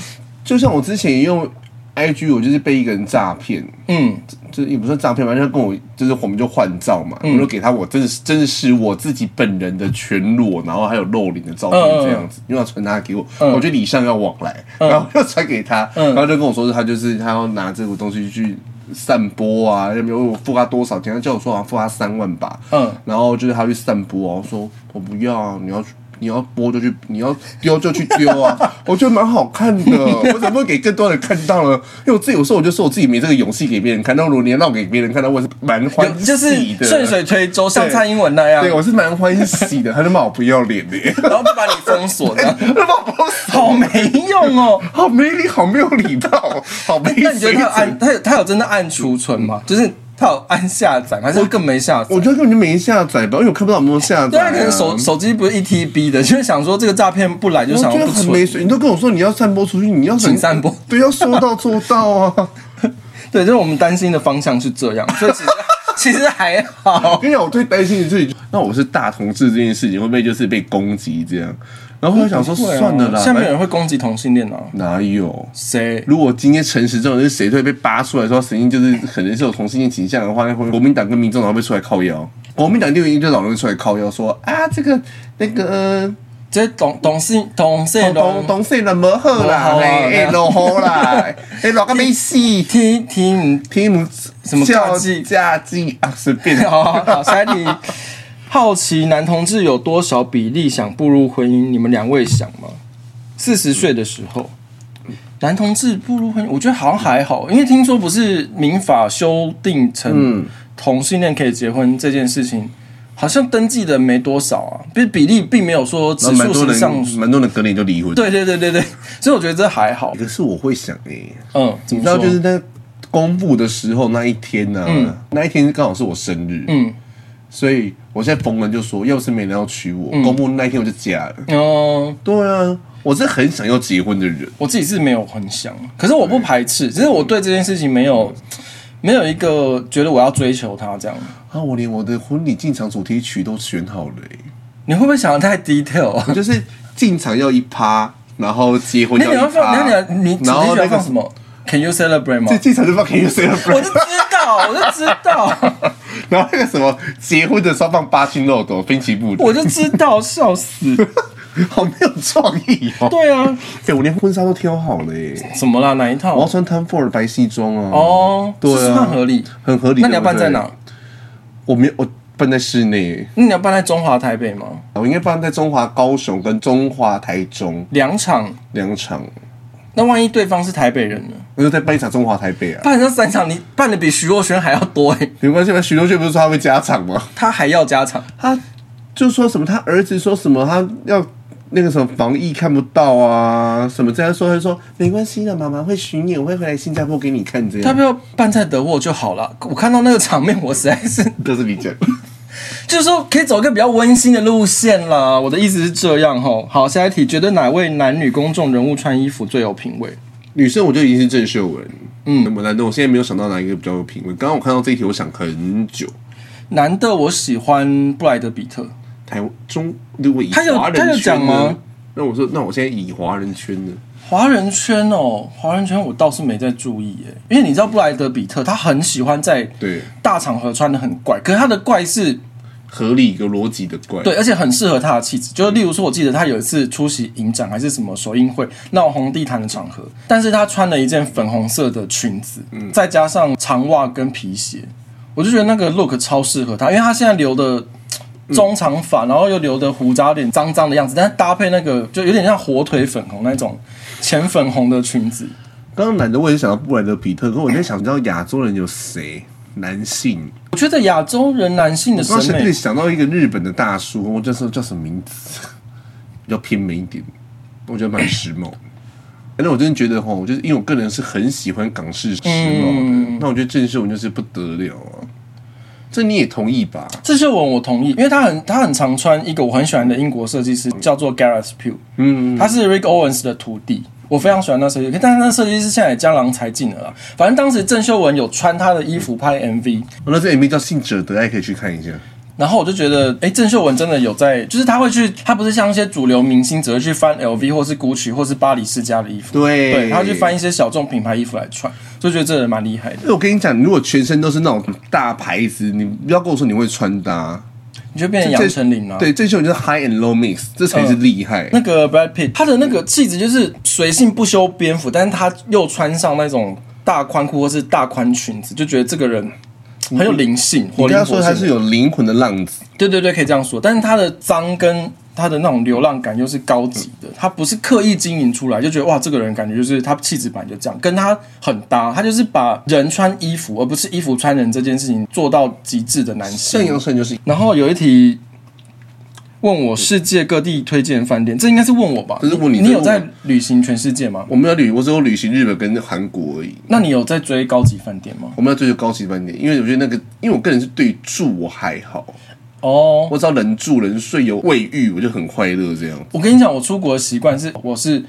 B: 就像我之前也用 IG 我就是被一个人诈骗，
A: 嗯，
B: 就是也不算诈骗吧，就是他跟我就是我们就换照嘛，我就给他我真是真是我自己本人的全裸，然后还有露脸的照片
A: 嗯嗯嗯
B: 这样子，因为要传他给我，
A: 嗯
B: 我觉得礼尚要往来，然后就传给他，然后就跟我说是他就是他要拿这个东西去。散播啊，要没有我付他多少钱？他叫我说好像付他三万吧，
A: 嗯
B: 然后就是他去散播啊，我说我不要啊，你要去你要播就去，你要丢就去丢啊，我觉得蛮好看的，我怎么会给更多人看到呢？因为我自己有时候我就说我自己没这个勇气给别人看，但如果你要让我给别人看到，我也是蛮欢
A: 有
B: 喜的，
A: 就是顺水推舟，像蔡英文那样，
B: 对我是蛮欢喜的，他就骂我不要脸的耶，
A: 然后就把你封锁这样
B: 他就骂我不要脸
A: 好没用 哦。
B: 好没理，好没有礼 貌，好没
A: 那你觉
B: 水
A: 得哎他有按
B: 准。
A: 他有他有真的按储存吗？就是他有按下载吗，还是更没下载
B: 我？觉得根本就没下载吧，因为我看不到有没有下载、
A: 对啊，
B: 啊。
A: 可能手手机不是一 TB 的，就是想说这个诈骗不来就
B: 我
A: 想
B: 觉
A: 要
B: 得
A: 不
B: 很
A: 存
B: 没，水，你都跟我说你要散播出去，你要
A: 请
B: 很
A: 散播。
B: 对，要说到做 到啊！
A: 对，就是我们担心的方向是这样，所以其实 其实还
B: 我
A: 好。
B: 跟你讲，我最担心的是，那我是大同志这件事情会不会就是被攻击这样？然后我想说，算了啦，
A: 啊下面有人会攻击同性恋啊？
B: 哪有？
A: 谁？
B: 如果今天陈时中是谁都会被扒出来说，神经就是可能是有同性恋倾向的话，那会国民党跟民众党会出来靠腰。国民党六一就老人出来靠腰说啊，这个呃那个
A: 这董董事董事
B: 同
A: 董
B: 同同性恋没好啦，
A: 没好啊
B: 哎哎落好啦，哎落个没死，
A: T T 嗯
B: 听不
A: 什么
B: 叫
A: 尬技
B: 嫁技啊，随便。
A: 好好 好，下一题。好奇男同志有多少比例想步入婚姻？你们两位想吗？四十岁的时候，男同志步入婚姻，我觉得好像还好，因为听说不是民法修订
B: 嗯
A: 成同性恋可以结婚这件事情，好像登记的没多少啊，比比例并没有说指
B: 然后蛮
A: 数
B: 多
A: 型上
B: 人，
A: 升。
B: 蛮多人隔年就离婚。，
A: 对对对对对，所以我觉得这还好。
B: 可是我会想哎、
A: 嗯，怎
B: 你
A: 么
B: 知道
A: 说？
B: 就是在公布的时候那一天呢、那一天刚好是我生日，
A: 嗯，
B: 所以我现在逢人就说，要是没人要娶我，公布那一天我就嫁了。
A: 嗯，
B: 对啊，我是很想要结婚的人，
A: 我自己是没有很想，可是我不排斥，只是我对这件事情没有没有一个觉得我要追求它这样。
B: 啊，我连我的婚礼进场主题曲都选好了、欸，
A: 你会不会想的太 detail 啊
B: 我？就是进场要一趴，然后结婚
A: 你
B: 要
A: 你要
B: 一趴
A: 放，你你你主
B: 然
A: 题
B: 后
A: 曲
B: 那
A: 要
B: 个
A: 放什么？Can you celebrate 吗
B: 这？进场就放 Can You Say a
A: 我就
B: Prayer，
A: 知道，我就知道，
B: 然后那个什么结婚的时候放八星漏斗、滨崎步的，
A: 我就知道，笑死！
B: 好没有创意哦。
A: 对啊，
B: 哎、我连婚纱都挑好了耶、
A: 什么啦？哪一
B: 我要
A: 套？
B: 穿 Tom Ford 的白西装啊。
A: 哦，
B: 对啊
A: 这是算合理。
B: 很合理。
A: 那你要
B: 对
A: 办
B: 不对
A: 在哪？？
B: 我没有，我办在室内，
A: 那你要办在中华台北吗？
B: 我应该办在中华高雄跟中华台中
A: 两场。
B: 两场，
A: 那万一对方是台北人呢？
B: 那就再办一场中华台北啊。
A: 办这三场，你办的比徐若瑄还要多哎、
B: 没关系吧？许多炫不是说他会加场吗？
A: 他还要加场。
B: 他就说什么，他儿子说什么，他要那个什么防疫看不到啊，什么这样说，他就说没关系的，妈妈会巡演，我会回来新加坡给你看这
A: 他
B: 样。
A: 不要办在德沃就好了。我看到那个场面，我实在是
B: 都是你讲，
A: 就是说可以走一个比较温馨的路线啦。我的意思是这样吼。好，下一题，觉得哪位男女公众人物穿衣服最有品味？
B: 女生我就已经是郑秀文，嗯，那么难得，我现在没有想到哪一个比较有品味。刚刚我看到这一题，我想很久。
A: 男的我喜欢布莱德比特，
B: 台湾中如果以
A: 他有
B: 华人圈
A: 他有讲吗
B: 呢？那我说，那我现在以华人圈呢？
A: 华人圈哦，华人圈我倒是没在注意耶，因为你知道布莱德比特他很喜欢在
B: 对，
A: 大场合穿的很怪，可是他的怪是
B: 合理有逻辑的怪。
A: 对，而且很适合他的气质。就是例如说，我记得他有一次出席影展还是什么首映会，那种红地毯的场合，但是他穿了一件粉红色的裙子，再加上长袜跟皮鞋，我就觉得那个 look 超适合他，因为他现在留的。中长发，然后又留的胡渣，有点脏脏的样子，但是搭配那个就有点像火腿粉红那种浅粉红的裙子，
B: 刚刚懒得我也想到布莱德比特，可我在想，你知道亚洲人有谁？男性，
A: 我觉得亚洲人男性的审
B: 当时
A: 美
B: 对想到一个日本的大叔，我叫什叫什么名字？比较偏美一点，我觉得蛮时髦。但是我真的觉得哈，我就是因为我个人是很喜欢港式时髦的，那我觉得郑秀文就是不得了啊。这你也同意吧？
A: 这些文我同意，因为他很他很常穿一个我很喜欢的英国设计师，叫做 Gareth Pugh，嗯，他是 Rick Owens 的徒弟，我非常喜欢那设计师，但是那设计师现在也江郎才尽了啦。啊反正当时郑秀文有穿他的衣服拍 MV，
B: 哦那这 MV 叫《信者得爱》，可以去看一下。
A: 然后我就觉得，哎，郑秀文真的有在，就是他会去，他不是像一些主流明星只会去翻 LV 或是 GUCCI 或是巴黎世家的衣服，
B: 对
A: 他会去翻一些小众品牌衣服来穿，就觉得这人蛮厉害的。
B: 我跟你讲，如果全身都是那种大牌子，你不要跟我说你会穿搭。
A: 你就变成
B: 这
A: 杨丞琳了。啊
B: 对，这秀就是 high and low mix，这才是厉害。
A: 那个 Brad Pitt，他的那
B: 嗯
A: 个气质就是随性不修边幅，但是他又穿上那种大宽裤或是大宽裙子，就觉得这个人
B: 嗯
A: 很有灵性，活
B: 我
A: 灵
B: 跟他
A: 活
B: 说
A: 现
B: 他是
A: 的
B: 有灵魂的浪子，
A: 对对对，可以这样说。但是他的脏跟他的那种流浪感又是高级的，
B: 嗯
A: 他不是刻意经营出来，就觉得哇，这个人感觉就是他气质本来就这样，跟他很搭。他就是把人穿衣服，而不是衣服穿人这件事情做到极致的男
B: 像
A: 性。
B: 杨丞琳就是
A: 然后有一题问我世界各地推荐饭店，这应该是问我吧？
B: 这是问你
A: 你
B: 这
A: 有
B: 是问我
A: 在旅行全世界吗？
B: 我们要旅，我只有旅行日本跟韩国而已。
A: 那你有在追高级饭店吗？
B: 我们要追求高级饭店，因为我觉得那个，因为我个人是对住我还好，
A: 哦、
B: 我只要人住人睡有卫浴，我就很快乐这样。
A: 我跟你讲，我出国的习惯是，我是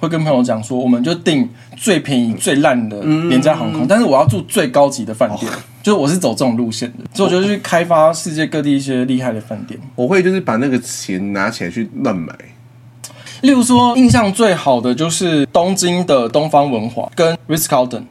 A: 会跟朋友讲说，我们就订最便宜、最烂的
B: 嗯
A: 廉价航空，但是我要住最高级的饭 店，就是我是走这种路线的，所以我就去开发世界各地一些厉害的饭店。
B: 我会就是把那个钱拿起来去乱买，
A: 例如说，印象最好的就是东京的东方文华跟 Ritz Carlton。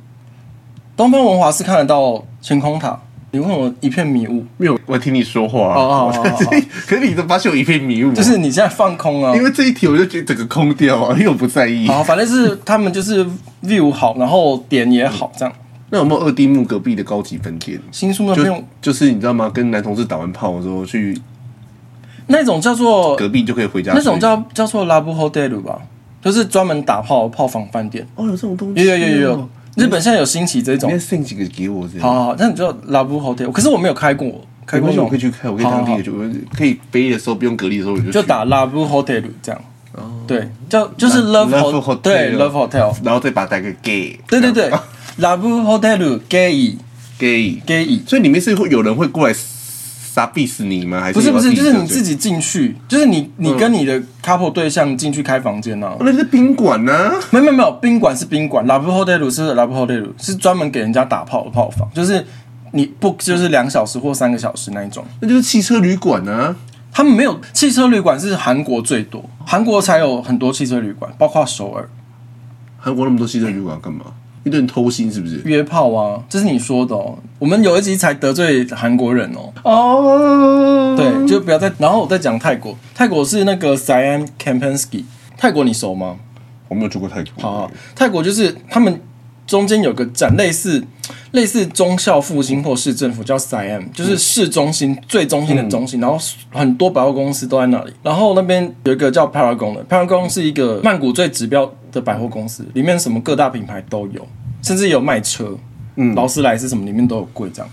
A: 东方文华是看得到晴空塔，你问我一片迷雾，
B: 没有，我听你说话。啊
A: 哦哦哦哦哦
B: 可是你都发现我一片迷雾，
A: 就是你现在放空啊
B: 因。为这一题我就觉得整个空掉啊，因为我不在意。
A: 好，反正是他们就是 view 好，然后点也好，这样。
B: 那有没有二丁目隔壁的高级饭店？
A: 新宿那
B: 就
A: 边
B: 就是你知道吗？跟男同事打完炮之后去
A: 那种叫做
B: 隔壁啊就可以回家睡。
A: 那种叫叫做拉布 hotel 吧，就是专门打炮炮房饭店。
B: 哦，有这种东
A: 有
B: 西哦，
A: 有有有有，日本现在有兴起这
B: 你再
A: 种。
B: 送几个给我这样。
A: 好好，好，那你就拉布 hotel，可是我没有开过，开
B: 没
A: 过那
B: 关系，我可以
A: 种
B: 去看，我可以当地的就可以飞的时候不用隔离的时候我就
A: 就
B: 去，
A: 打拉布 hotel 这样。对，叫就是哦 love hotel，
B: Love Hotel
A: 对 love hotel，
B: 然后再把它打个 gay。
A: 对对对，拉布 hotel gay
B: gay，
A: gay。
B: 所以里面是会有人会过来杀必死你吗？还是
A: 不是不是，就是你自己
B: 己。
A: 嗯进去，就是你你跟你的 couple 对象进去开房间啊。
B: 哦那是宾馆啊呢、
A: 没有没有没有，宾馆是宾馆，拉布后代鲁是拉布后代鲁，是专门给人家打炮的炮房，就是你 book 就是两小时或三个小时那一种。
B: 那就是汽车旅馆啊呢、
A: 他们没有汽车旅馆是韩国最多，韩国才有很多汽车旅馆，包括首尔
B: 韩国那么多汽车旅馆干嘛？一顿偷腥是不是？
A: 约炮啊，这是你说的哦。我们有一集才得罪韩国人哦，
B: 哦，
A: 对，就不要再。然后我再讲泰国，泰国是那个 Siam Kempinski，泰国你熟吗？
B: 我没有去过泰国。
A: 啊，泰国就是他们中间有个站，类似类似忠孝复兴或市政府叫 SIM，就是市中心、最中心的中心，然后很多百货公司都在那里。然后那边有一个叫 Paragon 的，Paragon 是一个曼谷最指标的百货公司，里面什么各大品牌都有，甚至有卖车，嗯，劳斯莱斯什么里面都有柜这样。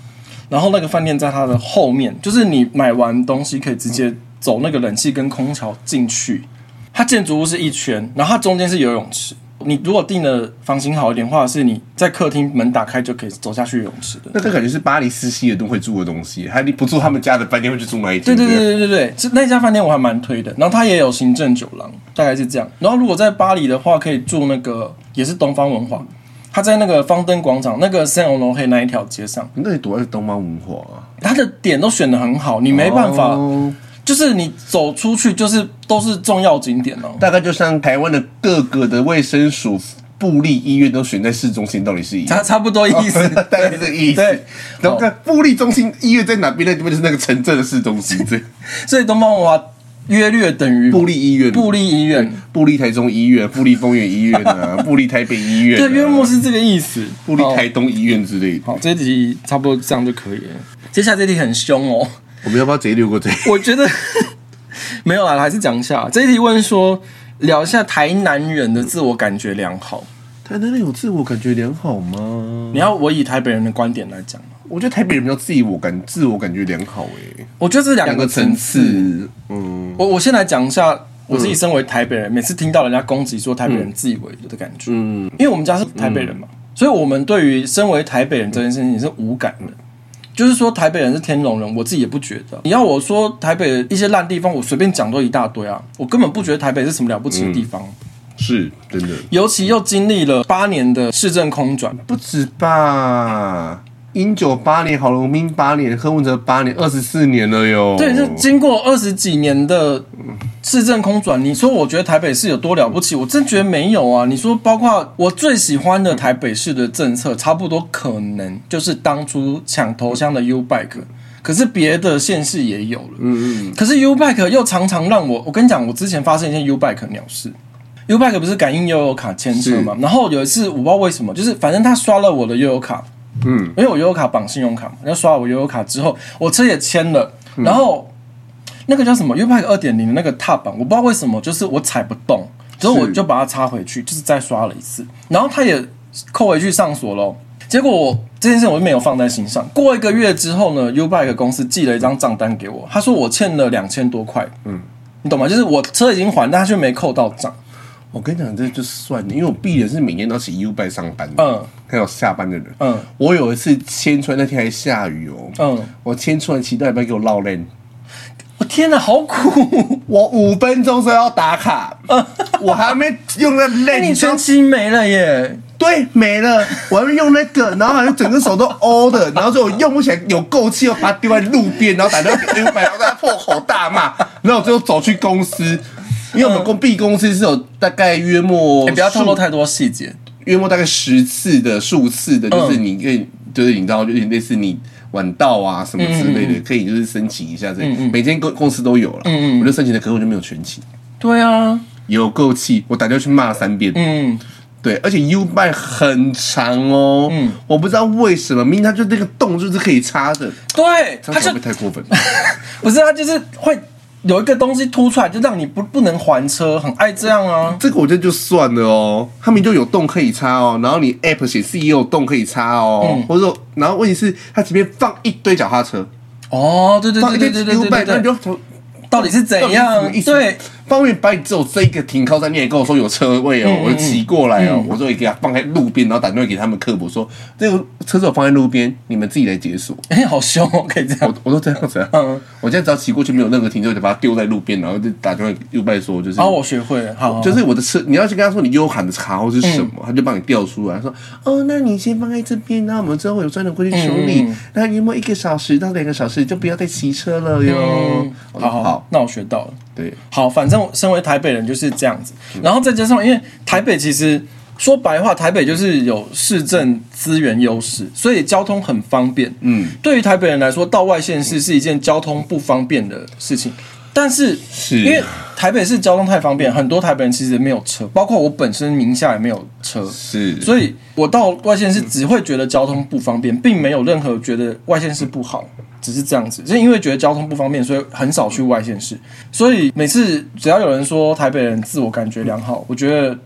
A: 然后那个饭店在它的后面，就是你买完东西可以直接走那个冷气跟空调进去。它建筑物是一圈，然后它中间是游泳池。你如果订的房型好一点的话，是你在客厅门打开就可以走下去游泳池的。
B: 那个感觉是巴黎四希尔顿会住的东西，还不住他们家的饭店会去住那一
A: 对对
B: 间。
A: 对对
B: 不
A: 对对，是那家饭店我还蛮推的。然后它也有行政酒廊，大概是这样。然后如果在巴黎的话，可以住那个也是东方文化，它在那个方登广场那个 s a n o n 黑那一条街上，
B: 那你躲在东方文化啊？
A: 它的点都选的很好，你没办法，
B: 哦
A: 就是你走出去就是都是重要景点哦、
B: 大概就像台湾的各个的卫生署、布立医院都选在市中心，到底是一样，
A: 差。差不多意思
B: 大概是这个意思
A: 对，哦
B: 然后看布立中心医院在哪边？那地方就是那个城镇的市中心，这样
A: 所以东方文化约略等于
B: 布立医院，
A: 布利医院。
B: 布立台中医院、布立丰原医院 啊、布立台北医院、啊，
A: 对，约莫是这个意思。
B: 布立台东医院之类的。
A: 好，这一题差不多这样就可以了。接下来这题很凶哦，
B: 我们要不要直接溜过这？
A: 我觉得 没有啦，还是讲一下。这一题问说，聊一下台南人的自我感觉良好。
B: 台南人有自我感觉良好吗？
A: 你要我以台北人的观点来讲吗，
B: 我觉得台北人比较自我感自我感觉良好诶、
A: 我觉得这两
B: 两
A: 个
B: 个
A: 层
B: 层
A: 次。
B: 次，嗯
A: 我我先来讲一下。我自己身为台北人，每次听到人家攻击说台北人自以为的感觉，
B: 嗯，
A: 因为我们家是台北人嘛，所以我们对于身为台北人这件事情是无感的。就是说台北人是天龙人，我自己也不觉得。你要我说台北一些烂地方，我随便讲都一大堆啊，我根本不觉得台北是什么了不起的地方。
B: 嗯是真的，
A: 尤其又经历了八年的市政空转，
B: 不止吧？英九八年，郝龙斌八年，柯文哲八年，二十四年了哟。
A: 对，就经过二十几年的市政空转，你说我觉得台北市有多了不起？我真觉得没有啊。你说，包括我最喜欢的台北市的政策，差不多可能就是当初抢头香的 U Bike，可是别的县市也有了。嗯嗯。可是 U Bike 又常常让我，我跟你讲，我之前发生一件 U Bike 鸟事。U Bike 不是感应悠游卡签车嘛？然后有一次我不知道为什么，就是反正他刷了我的悠游卡，嗯，因为我悠游卡绑信用卡嘛，然后刷了我悠游卡之后，我车也签了，然后、那个叫什么 U Bike 二点零的那个踏板，我不知道为什么，就是我踩不动，之后我就把它插回去，就是再刷了一次，然后它也扣回去上锁喽。结果我这件事我就没有放在心上。过一个月之后呢，U Bike 公司寄了一张账单给我，他说我欠了两千多块，嗯，你懂吗？就是我车已经还，但他却没扣到账。
B: 我跟你讲，这就算了，因为我必然是每天都骑 U 拜上班的，
A: 嗯，
B: 还有下班的人，
A: 嗯，
B: 我有一次牵出来那天还下雨哦，
A: 嗯，
B: 我牵出来骑到一半给我落链，
A: 我天哪，好苦！
B: 我五分钟说要打卡，我还没用那 链，
A: 嗯你
B: 知道
A: 全期没了耶！
B: 对，没了，我还没用那个， 然后好像整个手都凹的，然后最后用不起来，有够气，又把它丢在路边，然后打电话给 u b 然后在破口大骂， 然后我最后走去公司，因为我们公 B 公司是有大概约莫
A: 也、哎不要透
B: 数
A: 露太多细节。
B: 约莫大概十次的、数次的，就是
A: 嗯
B: 你可以，就是你知道，就是类似你晚到啊什么之类
A: 嗯
B: 的，可以就是申请一下这，每间公公司都有了。
A: 嗯
B: 我就申请了，可是我就没有全勤，
A: 对啊，
B: 有够气，我打电话去骂了三遍。
A: 嗯，
B: 对，而且 U 拜很长哦，
A: 嗯
B: 我不知道为什么，明明它就那个洞就是可以插的，
A: 对，
B: 这
A: 他就
B: 样会不会太过分？
A: 不是他就是会有一个东西凸出来，就让你不不能还车，很爱这样啊。
B: 这个我觉得就算了哦，他们就有洞可以插哦，然后你 App 显示也有洞可以插哦，
A: 嗯
B: 或者说，然后问题是它前面放一堆脚踏车，
A: 哦，对对
B: 放
A: 对对
B: 一堆
A: 对
B: U
A: 对
B: 拜，
A: 对
B: 那
A: 对
B: 你就从
A: 到底是怎样？对，，
B: 方面把你只有这一个停靠站，你也跟我说有车位
A: 嗯
B: 哦，我就骑过来哦，我就也给他放在路边，然后打电话给他们客服说，这个车子我放在路边，你们自己来解锁。
A: 哎、好凶哦，可以这样。
B: 我我都这样子啊，
A: 嗯
B: 我现在只要骑过去没有任何停车，就把它丢在路边，然后就打电话又拜说就是。
A: 哦然后我学会了，好，
B: 就是我的车，你要去跟他说你优卡的卡号是什
A: 嗯
B: 么，他就帮你调出来，说哦，那你先放在这边，那我们之后有专人过去处
A: 嗯
B: 理。那约莫一个小时到两个小时就不要再骑车了哟。我
A: 嗯
B: 说
A: 好好，那我学到了。
B: 对，
A: 好，反正我身为台北人就是这样子。然后再加上，因为台北其实说白话，台北就是有市政资源优势，所以交通很方便。嗯，对于台北人来说，到外县市是一件交通不方便的事情。但是，
B: 是
A: 因为台北市交通太方便，很多台北人其实没有车，包括我本身名下也没有车，
B: 是，
A: 所以我到外县市只会觉得交通不方便，并没有任何觉得外县市不好，只是这样子。是因为觉得交通不方便，所以很少去外县市。所以每次只要有人说台北人自我感觉良好，我觉得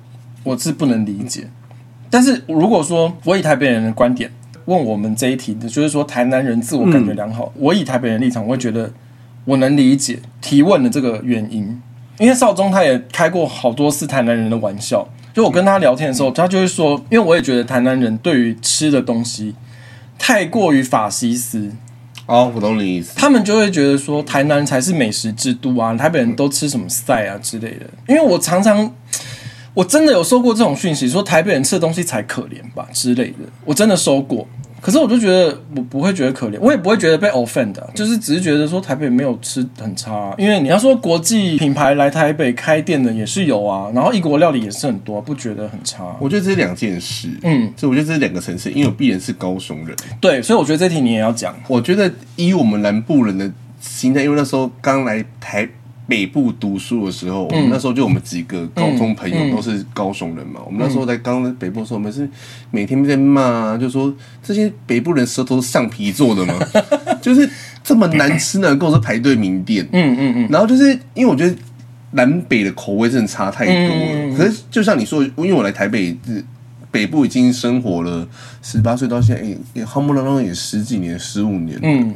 A: 我是不能理解。但是如果说我以台北人的观点问我们这一题，就是说台南人自我感觉良好，我以台北人的立场，我会觉得我能理解提问的这个原因，因为少宗他也开过好多次台南人的玩笑。就我跟他聊天的时候，他就会说，因为我也觉得台南人对于吃的东西太过于法西斯，
B: 哦，我懂你意思。
A: 他们就会觉得说台南才是美食之都啊，台北人都吃什么菜啊之类的。因为我常常。我真的有收过这种讯息，说台北人吃的东西才可怜吧之类的，我真的收过。可是我就觉得我不会觉得可怜，我也不会觉得被 offend，的、就是只是觉得说台北没有吃很差啊、因为你要说国际品牌来台北开店的也是有啊，然后异国料理也是很多啊、不觉得很差啊、
B: 我觉得这是两件事，嗯，所以我觉得这是两个层次，因为我必然是高雄人，
A: 对，所以我觉得这题你也要讲。
B: 我觉得以我们南部人的心态，因为那时候刚来台北部读书的时候，
A: 嗯
B: 我们那时候就我们几个高中朋友都是高雄人嘛，我
A: 嗯
B: 们那时候在刚来北部的时候，我们是每天在骂啊，就说这些北部人舌头是橡皮做的 吗？就是这么难吃呢，跟我说排队名店，
A: 嗯嗯嗯，
B: 然后就是因为我觉得南北的口味真的差太多了。
A: 嗯
B: 可是就像你说，因为我来台北是北部已经生活了十八岁到现在，也也夯不啷啷也十几年、十五年。
A: 嗯，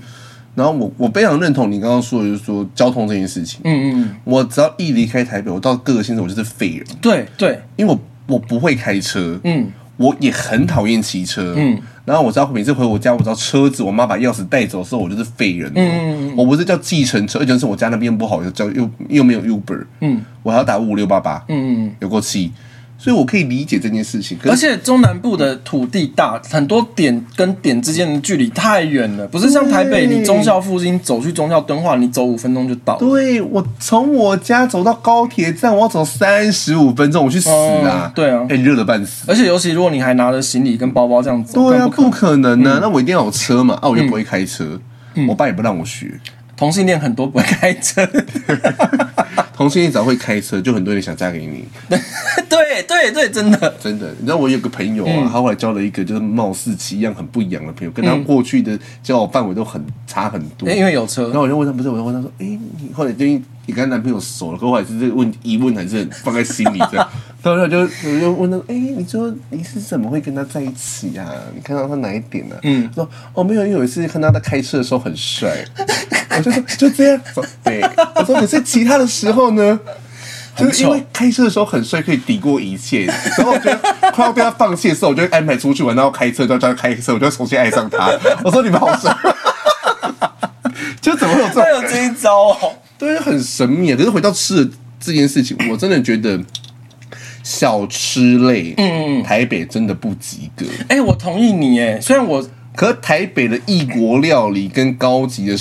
B: 然后我我非常认同你刚刚说的，就是说交通这件事情。
A: 嗯嗯嗯，
B: 我只要一离开台北，我到各个县市我就是废人，
A: 对对，
B: 因为我我不会开车。
A: 嗯。
B: 我也很讨厌骑车，嗯，然后我知道每次回我家，我知道车子我妈把钥匙带走的时候，我就是废人，嗯，我不是叫计程车，而且是我家那边不好，又叫又又没有 Uber，嗯，我还要打五五六八八，嗯，有够气，所以我可以理解这件事情。可
A: 嗯而
B: 是
A: 且中南部的土地大，很多点跟点之间的距离太远了，不是像台北，
B: 对
A: 你中校附近走去中校敦化，你走五分钟就到了。
B: 对我从我家走到高铁站，我要走三十五分钟，我去死啊！
A: 嗯对啊
B: 哎、热的半死。
A: 而且尤其如果你还拿着行李跟包包这样走，
B: 对啊，
A: 更不可
B: 不可能嗯呢、啊那我一定要有车嘛，啊，我又不会开车，我爸也不让我学。
A: 同性恋很多不会开 车。
B: 同性恋只要会开车，就很多人想嫁给你，
A: 对对对，真的，
B: 真的。你知道我有个朋友啊，他后来交了一个就是貌似其样很不一样的朋友，跟他过去的交往范围都很差很多。
A: 因为有
B: 然
A: 车。
B: 后我就问他，不是，我就问他说，哎、你后来最近你跟她男朋友熟了，可后来是这个问疑问还是很放在心里这样。然后我就我就问他，哎、你说你是怎么会跟他在一起呀、你看到他哪一点呢、嗯，说哦没有，因为有一次看到他开车的时候很帅，我就说就这样，说对，我说可是其他的时候呢？就是因为开车的时候很帅，可以抵过一切。然后我觉得快要被他放弃的时候，我就会安排出去玩，然后开车，然后叫他开车，我就重新爱上他。我说你们好帅， 就怎么哎会有这种
A: 会有这一招哦，
B: 对，很神秘啊。可是回到吃的这 件事情，我真的觉得小吃类，嗯，台北真的不及格。
A: 哎、我同意你哎，虽然我
B: 可是台北的异国料理跟高级的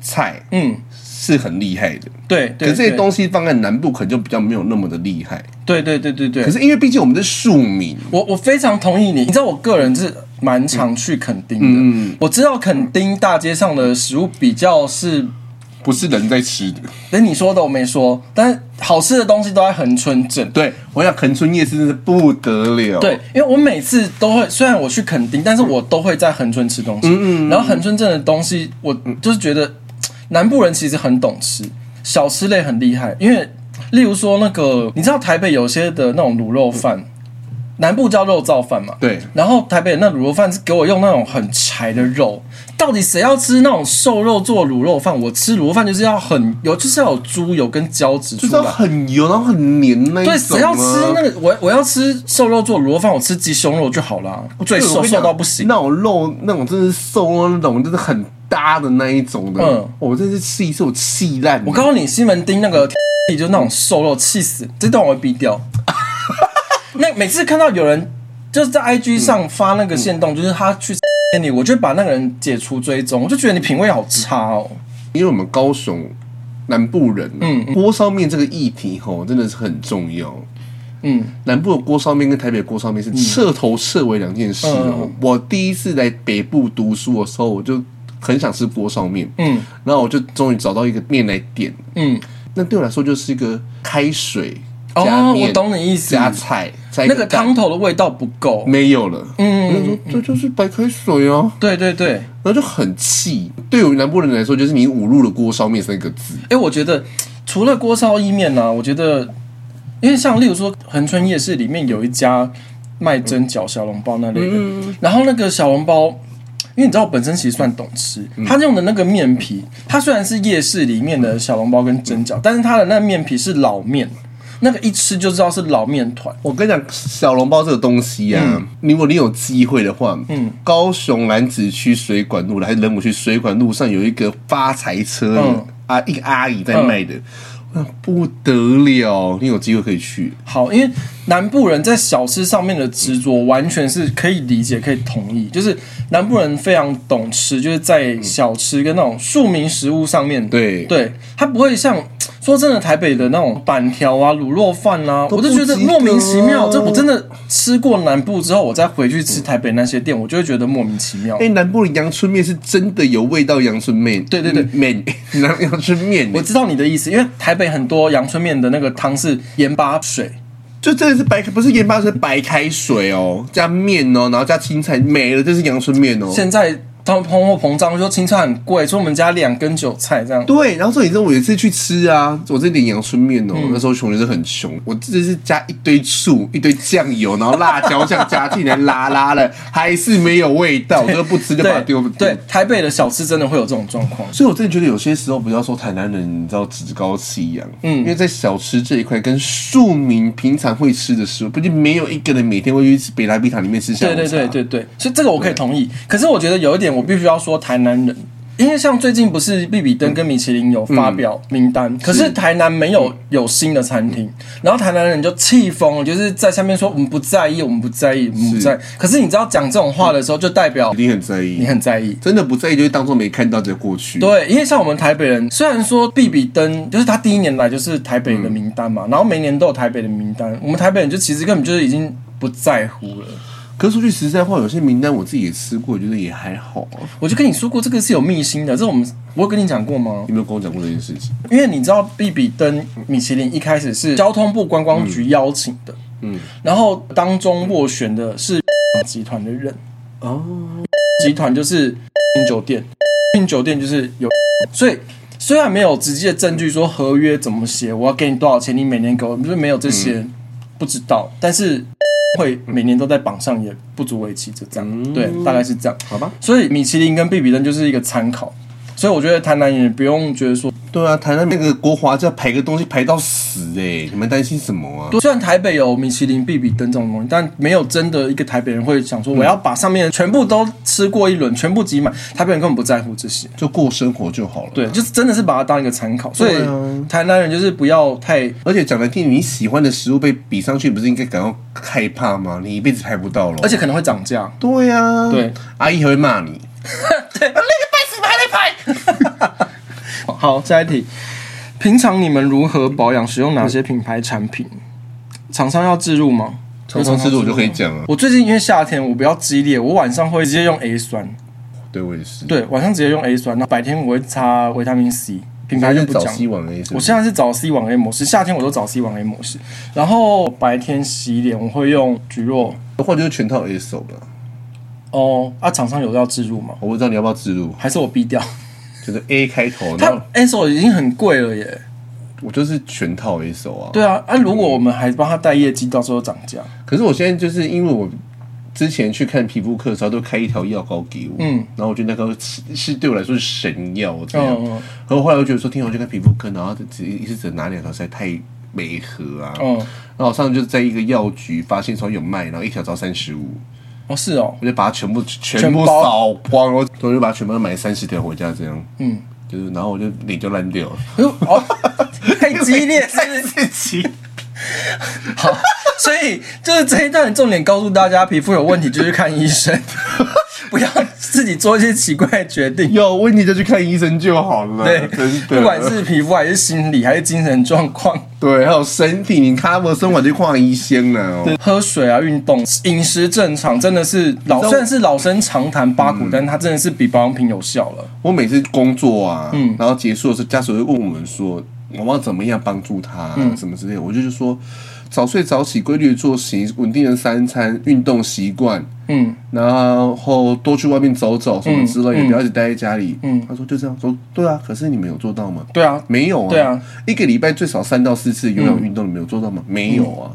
B: 菜，
A: 嗯，
B: 是很厉害的。
A: 对
B: 可
A: 对，
B: 是这些
A: 对
B: 东西放在南部，可能就比较没有那么的厉害。
A: 对对对对对，
B: 可是因为毕竟我们是庶民，
A: 我我非常同意你，你知道我个人是蛮常去垦丁的，
B: 嗯
A: 我知道垦丁大街上的食物比较是，
B: 不是人在吃的。
A: 连你说的我没说，但是好吃的东西都在恒春镇。
B: 对，我想垦春夜市真是不得了。
A: 对，，因为我每次都会，虽然我去垦丁，但是我都会在恒春吃东西。嗯嗯然后恒春镇的东西，我就是觉得嘖南部人其实很懂吃，小吃类很厉害。因为例如说那个，你知道台北有些的那种卤肉饭，南部叫肉燥饭嘛？
B: 嗯对
A: 然后台北那卤肉饭是给我用那种很柴的肉，到底谁要吃那种瘦肉做卤肉饭？我吃卤肉饭就是要很有，就是要有猪油跟胶质
B: 就
A: 出
B: 是要
A: 来。
B: 很油，然后很黏那一种、啊。
A: 对，谁要吃那个？我我要吃瘦肉做卤肉饭，我吃鸡胸肉就好啦。我最
B: 对我
A: 瘦
B: 跟你讲
A: 瘦到不行。
B: 那种肉那种真是瘦到那种就是很搭的那一种的，
A: 嗯
B: 我真是吃一次我气烂。
A: 我告诉你，西门町那个 就那种瘦肉，气死！这段我会逼掉。 那每次看到有人就是在
B: 嗯
A: IG 上发那个线动，就是他去 你，我就把那个人解除追踪，我就觉得你品味好差哦。
B: 因为我们高雄南部人、嗯，锅烧面这个议题吼真的是很重要。
A: 嗯，
B: 南部的锅烧面跟台北的锅烧面是彻头彻尾两件事哦、
A: 嗯
B: 我第一次来北部读书的时候，我就很想吃锅烧面，
A: 嗯，
B: 然后我就终于找到一个面来点，
A: 嗯，
B: 那对我来说就是一个开水加
A: 哦，
B: 面、
A: 我懂你意思，
B: 加菜，加一
A: 那个
B: 蛋
A: 汤头的味道不够。
B: 没有了。嗯，我就说这就是白开水啊，
A: 对对对，
B: 然后就很气。对于南部人来说，就是你侮辱了“锅烧面”三个字。
A: 哎、我觉得除了锅烧意面呢、我觉得因为像例如说恒春夜市里面有一家卖蒸饺、小笼包那类的，然后那个小笼包。因为你知道，我本身其实算懂吃。他用的那个面皮，它虽然是夜市里面的小笼包跟蒸饺，但是它的那面皮是老面，那个一吃就知道是老面团。
B: 我跟你讲，小笼包这个东西呀、
A: 嗯
B: 啊，如果你有机会的话，嗯，高雄南子区水管路的还是仁武区水管路上有一个发财车的、
A: 嗯
B: 啊，一个阿姨在卖的，那不得了，你有机会可以去。
A: 好，因为南部人在小吃上面的执着，完全是可以理解、可以同意。就是南部人非常懂吃，就是在小吃跟那种庶民食物上面，
B: 对
A: 对，他不会像说真的台北的那种板条啊、卤肉饭啊，我就觉得
B: 不及格
A: 莫名其妙。这我真的吃过南部之后，我再回去吃台北那些店，我就会觉得莫名其妙
B: 哎、。南部的阳春面是真的有味道，阳春面，
A: 对对对
B: 面 南阳春面，
A: 我知道你的意思，因为台北很多阳春面的那个汤是盐巴水，
B: 就真的是白开，不是盐巴是白开水哦，加面哦，然后加青菜，没了，这是阳春面哦。
A: 现在通通货膨胀，说青菜很贵，说我们家两根韭菜这样。
B: 对，然后所以你知道我有一次去吃啊，我这点阳春面
A: 嗯
B: 哦，那时候穷人是很穷，我这是加一堆醋、一堆酱油，然后辣椒酱加进来拉拉了，还是没有味道，我就不吃就把它丢丢
A: 对，台北的小吃真的会有这种状况。
B: 所以我真的觉得有些时候不要说台南人，你知道趾高气扬，嗯，因为在小吃这一块跟庶民平常会吃的食物，毕竟没有一个人每天会去吃北拉比塔里面吃下午
A: 对
B: 茶，
A: 对对对对，所以这个我可以同意。可是我觉得有一点，我必须要说台南人，因为像最近不是必比登跟米其林有发表
B: 嗯
A: 名单，可是台南没有有新的餐厅，然后台南人就气疯了，就是在下面说我们不在意，我们不在意，我们不在意。可是你知道讲这种话的时候，就代表
B: 一定很在意
A: 你。很在意。
B: 真的不在意，就会当做没看到就过去。
A: 对，因为像我们台北人，虽然说必比登就是他第一年来就是台北的名单嘛，然后每年都有台北的名单，我们台北人就其实根本就是已经不在乎了。
B: 可是说句实在话，有些名单我自己也吃过，觉得也还好 啊。
A: 我就跟你说过，这个是有秘辛的，这我们我有跟你讲过吗？
B: 你没有跟我讲过这件事情，
A: 因为你知道必比登米其林一开始是交通部观光局邀请的，嗯，然后当中斡旋的是集团的人，
B: 哦，
A: 集团就是酒店，酒店就是有，所以虽然没有直接的证据说合约怎么写，我要给你多少钱，你每年给我，就是没有这些，不知道，但是会每年都在榜上，也不足为奇，就这样，对，大概是这样。
B: 好吧。
A: 所以米其林跟必比登就是一个参考，所以我觉得台南也不用觉得说
B: 对啊，台南那个国华就要排个东西排到死哎、你们担心什么啊？
A: 对虽然台北有米其林、必比登这种东西，但没有真的一个台北人会想
B: 嗯
A: 说我要把上面全部都吃过一轮，全部挤满。台北人根本不在乎这些，
B: 就过生活就好了。
A: 对，就是真的是把它当一个参考。所以
B: 对啊
A: 台南人就是不要太
B: 而且讲难听，你喜欢的食物被比上去，不是应该感到害怕吗？你一辈子拍不到了。
A: 而且可能会涨价。
B: 对呀、啊，
A: 对，
B: 阿姨还会骂你。
A: 好，下一题，平常你们如何保养？使用哪些品牌产品？厂商要置入吗？
B: 常常吃的我就可以讲啊，
A: 我最近因为夏天，我比较激烈，我晚上会直接用 A 酸，
B: 对我也是。，
A: 对，晚上直接用 A 酸，然后白天我会擦维他命 C，品牌
B: 还
A: 就是不
B: 早
A: 讲。
B: 吸晚 A，
A: 我现在是找 C 网 A 模式，夏天我都找 C 网 A 模式，然后白天洗脸我会用菊若。
B: 的话就是全套 A 手了。
A: 哦，啊，厂商有要置入吗？
B: 我不知道你要不要植入，
A: 还是我逼掉？
B: 就是 A 开头，然
A: 它
B: 后
A: A 手已经很贵了耶。
B: 我就是全套 A 手啊。
A: 对啊，啊，如果我们还帮他带业绩，到时候涨价。
B: 可是我现在就是因为我之前去看皮肤科的时候，都开一条药膏给我，嗯，然后我觉得那个是是对我来说是神药这样。
A: 嗯嗯
B: 然后后来我觉得说，天啊，我去看皮肤科，然后只一次只拿两条，实在太没喝啊。
A: 嗯
B: 然后我上次就在一个药局发现说有卖，然后一条只要三十五，
A: 哦，是哦，
B: 我就把它全部全
A: 全
B: 部
A: 包
B: 扫光，然后我就把它全部都买三十条回家这样。
A: 嗯，
B: 就是然后我就脸就烂掉了，
A: 哎呦哦，太激烈是 不是？
B: 自己。
A: 好，所以就是这一段的重点告诉大家，皮肤有问题就去看医生， 不要自己做一些奇怪的决定。
B: 有问题就去看医生就好了。
A: 对，
B: 真的，
A: 不管是皮肤还是心理还是精神状况，
B: 对，还有身体，你 cover 生活就看医生了哦。
A: 喝水啊、运动、饮食正常，真的是老
B: 知道嗯
A: 虽然是老生常谈八股，但它真的是比保养品有效了。
B: 我每次工作啊，
A: 嗯
B: 然后结束的时候，家属会问我们说，我们要怎么样帮助他、
A: 嗯
B: 什么之类的，我就是说，早睡早起，规律的作息，稳定的三餐，运动习惯，
A: 嗯，
B: 然后多去外面走走什么之类的，不要一直待在家里。嗯，他说就这样，说对啊，可是你们有做到吗？
A: 对啊，
B: 没有啊，
A: 对啊，嗯
B: 一个礼拜最少三到四次有氧运动，你没有做到吗？没有啊。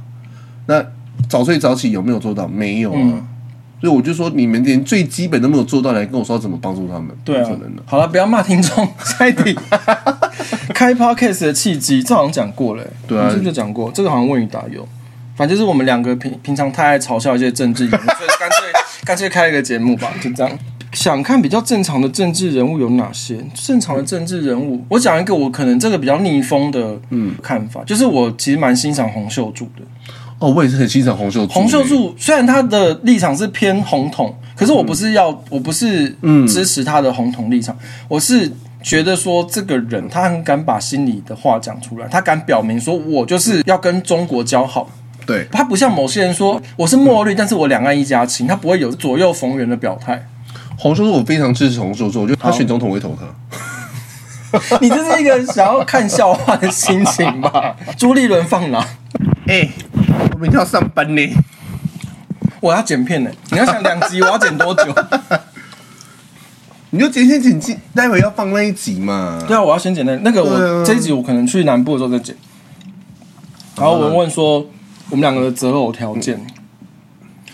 B: 那早睡早起有没有做到？没有啊。
A: 嗯
B: 所以我就说，你们连最基本都没有做到，来跟我说要怎么帮助他们？
A: 对
B: 不
A: 啊
B: 可能的。，
A: 好了，不要骂听众。下一 题，开 podcast 的契机，这好像讲过了、欸，
B: 对啊
A: 你是不是就讲过？这个好像问与答有，反正就是我们两个平平常太爱嘲笑一些政治人物，所以干 脆干脆开一个节目吧，就这样。想看比较正常的政治人物有哪些？正常的政治人物，我讲一个我可能这个比较逆风的嗯看法，就是我其实蛮欣赏洪秀柱的。
B: 哦，我也是很欣赏洪秀柱。
A: 洪秀，柱虽然他的立场是偏红统，可是我不是要，我不是支持他的红统立场，我是觉得说这个人他很敢把心里的话讲出来，他敢表明说我就是要跟中国交好。
B: 对，
A: 他不像某些人说我是墨绿，但是我两岸一家亲，他不会有左右逢源的表态。
B: 洪秀柱我非常支持洪秀柱，我觉得他选总统我会投他。
A: 你这是一个想要看笑话的心情吧？朱立伦放狼，
B: 哎、我明天要上班呢。
A: 我要剪片呢、你要想两集，我要剪多久？
B: 你就剪剪剪辑，待会要放那一集嘛。
A: 对啊，我要先剪那那个我、
B: 对啊
A: 这一集我可能去南部的时候再剪。然后我问说我们两个的择偶条件，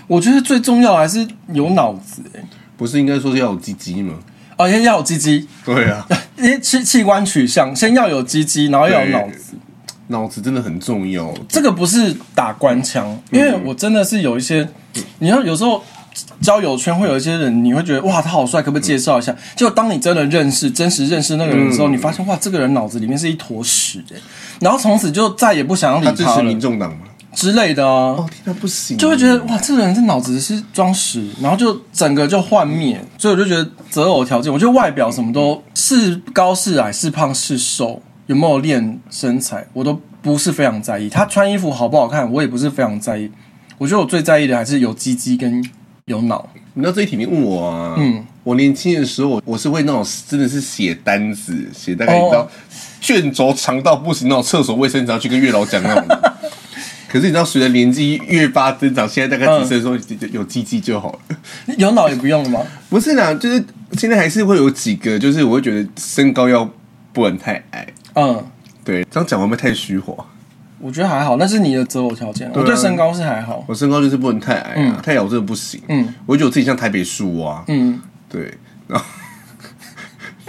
A: 我觉得最重要的还是有脑子、欸，
B: 不是应该说是要有鸡鸡 吗？
A: 哦，先要有鸡鸡，
B: 对啊，
A: 先器器官取向，先要有鸡鸡，然后要有脑子。
B: 脑子真的很重要。
A: 这个不是打官腔，因为我真的是有一些，你要有时候交友圈会有一些人，你会觉得哇，他好帅，可不可以介绍一下？结果当你真的认识、真实认识那个人的时候，你发现哇，这个人脑子里面是一坨屎哎、然后从此就再也不想要
B: 他
A: 理
B: 支
A: 他
B: 持
A: 了
B: 民众党吗？
A: 之类的啊。
B: 哦，天哪，不行，
A: 就会觉得哇，这个人这脑子是装屎，然后就整个就幻灭。所以我就觉得择偶条件，我觉得外表什么都是高是矮是胖是瘦，有没有练身材，我都不是非常在意。他穿衣服好不好看，我也不是非常在意。我觉得我最在意的还是有鸡鸡跟有脑。
B: 你知道这一题你问我啊，嗯，我年轻的时候，我是会那种真的是写单子，写大概
A: 哦
B: 一张卷轴长到不行那种厕所卫生纸要去跟月老讲那 种的。可是你知道，随着年纪越发增长，现在大概只剩说有鸡鸡就好了。
A: 嗯有脑也不用了吗？
B: 不是啦，就是现在还是会有几个，就是我会觉得身高要不能太矮。
A: 嗯，
B: 对，这样讲会不会太虚华？
A: 我觉得还好，那是你的择偶条件。我对身高是还好。
B: 我身高就是不能太矮啊，太矮我真的不行。嗯，我觉得我自己像台北树啊。
A: 嗯，
B: 对，然后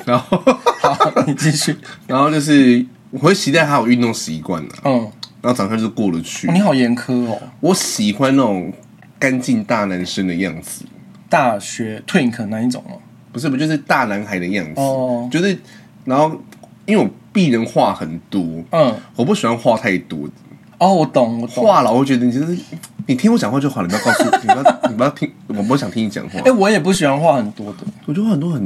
B: 然后。
A: 好，你继续。
B: 然后就是我会期待他有运动习惯啊，
A: 嗯，
B: 然后长相就是过得去。
A: 你好严苛哦。
B: 我喜欢那种干净大男生的样子，
A: 大学 twink 那一种哦。
B: 不是不就是大男孩的样子，
A: 哦
B: 就是然后因为我必能话很多，
A: 嗯，
B: 我不喜欢话太多，
A: 哦，我懂，我懂。
B: 话了我会觉得你就是你听我讲话就好了，你不要告诉我，你不要你不要听，我不想听你讲话
A: 哎、。我也不喜欢话很多的。
B: 我觉得话很多很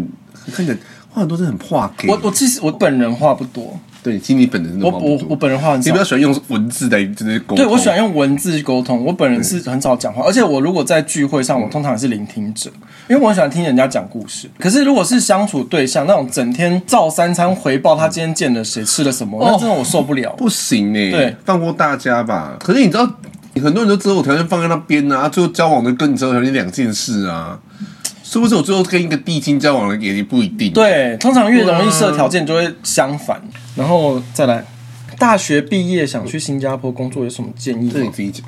B: 很看起来话很多真的很话给，
A: 我我其实我本人话不多，
B: 对你听你本人真的
A: 我
B: 话
A: 我
B: 不
A: 我
B: 多，
A: 本人话很
B: 你
A: 少
B: 比。较喜欢用文字来就是沟通，
A: 对，我喜欢用文字沟通。我本人是很少讲话，而且我如果在聚会上，
B: 嗯
A: 我通常也是聆听者，因为我很喜欢听人家讲故事。可是如果是相处对象那种整天照三餐回报他今天见了谁、吃了什么，那真的我受不了。
B: 哦不行呢、
A: 对
B: 放过大家吧。可是你知道，很多人都择偶条件放在那边啊，最后交往的跟你择偶条件两件事啊，是不是？我最后跟一个地精交往的也不一定。，
A: 对，通常越容易设条件就会相反。然后再来，大学毕业想去新加坡工作有什么建议
B: 这你
A: 吗？
B: 自己讲。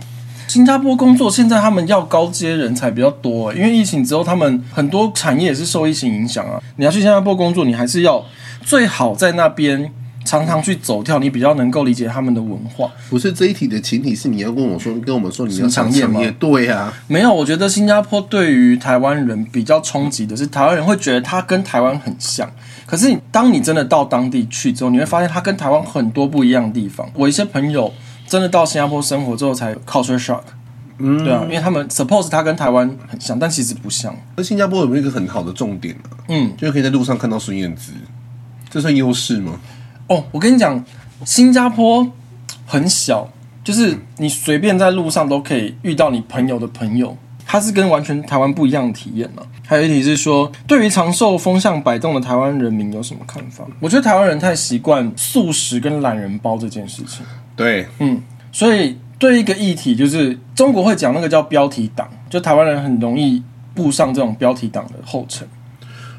A: 新加坡工作现在他们要高阶人才比较多、因为疫情之后，他们很多产业也是受疫情影响啊。你要去新加坡工作，你还是要最好在那边常常去走跳，你比较能够理解他们的文化。
B: 不是这一题的前提是你要跟我说，跟我们说你要
A: 什么
B: 想
A: 产业吗
B: 业，对啊，
A: 没有，我觉得新加坡对于台湾人比较冲击的是，台湾人会觉得它跟台湾很像。可是你当你真的到当地去之后，你会发现它跟台湾很多不一样的地方。我一些朋友真的到新加坡生活之后才 culture shock。嗯，对啊，因为他们 suppose 它跟台湾很像，但其实不像。
B: 那新加坡有没有一个很好的重点啊？
A: 嗯，
B: 就是可以在路上看到孙燕姿，这算优势吗？
A: 哦，我跟你讲，新加坡很小，就是你随便在路上都可以遇到你朋友的朋友，它是跟完全台湾不一样的体验了、还有一题是说，对于常受风向摆动的台湾人民有什么看法？我觉得台湾人太习惯素食跟懒人包这件事情。
B: 对，
A: 嗯，所以对一个议题，就是中国会讲那个叫标题党，就台湾人很容易步上这种标题党的后尘。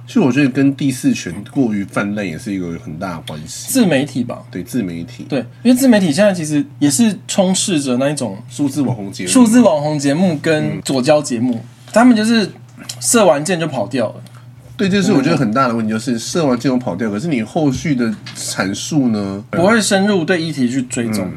B: 所以我觉得跟第四权过于泛滥也是一个很大的关系。
A: 自媒体吧，
B: 对自媒体，
A: 对，因为自媒体现在其实也是充斥着那一种
B: 数字网红节目，
A: 数字网红节目跟左交节目，他们就是射完箭就跑掉了。
B: 对，这是我觉
A: 嗯
B: 得很大的问题，就是射完这种跑掉，可是你后续的阐述呢？
A: 不会深入对议题去追踪。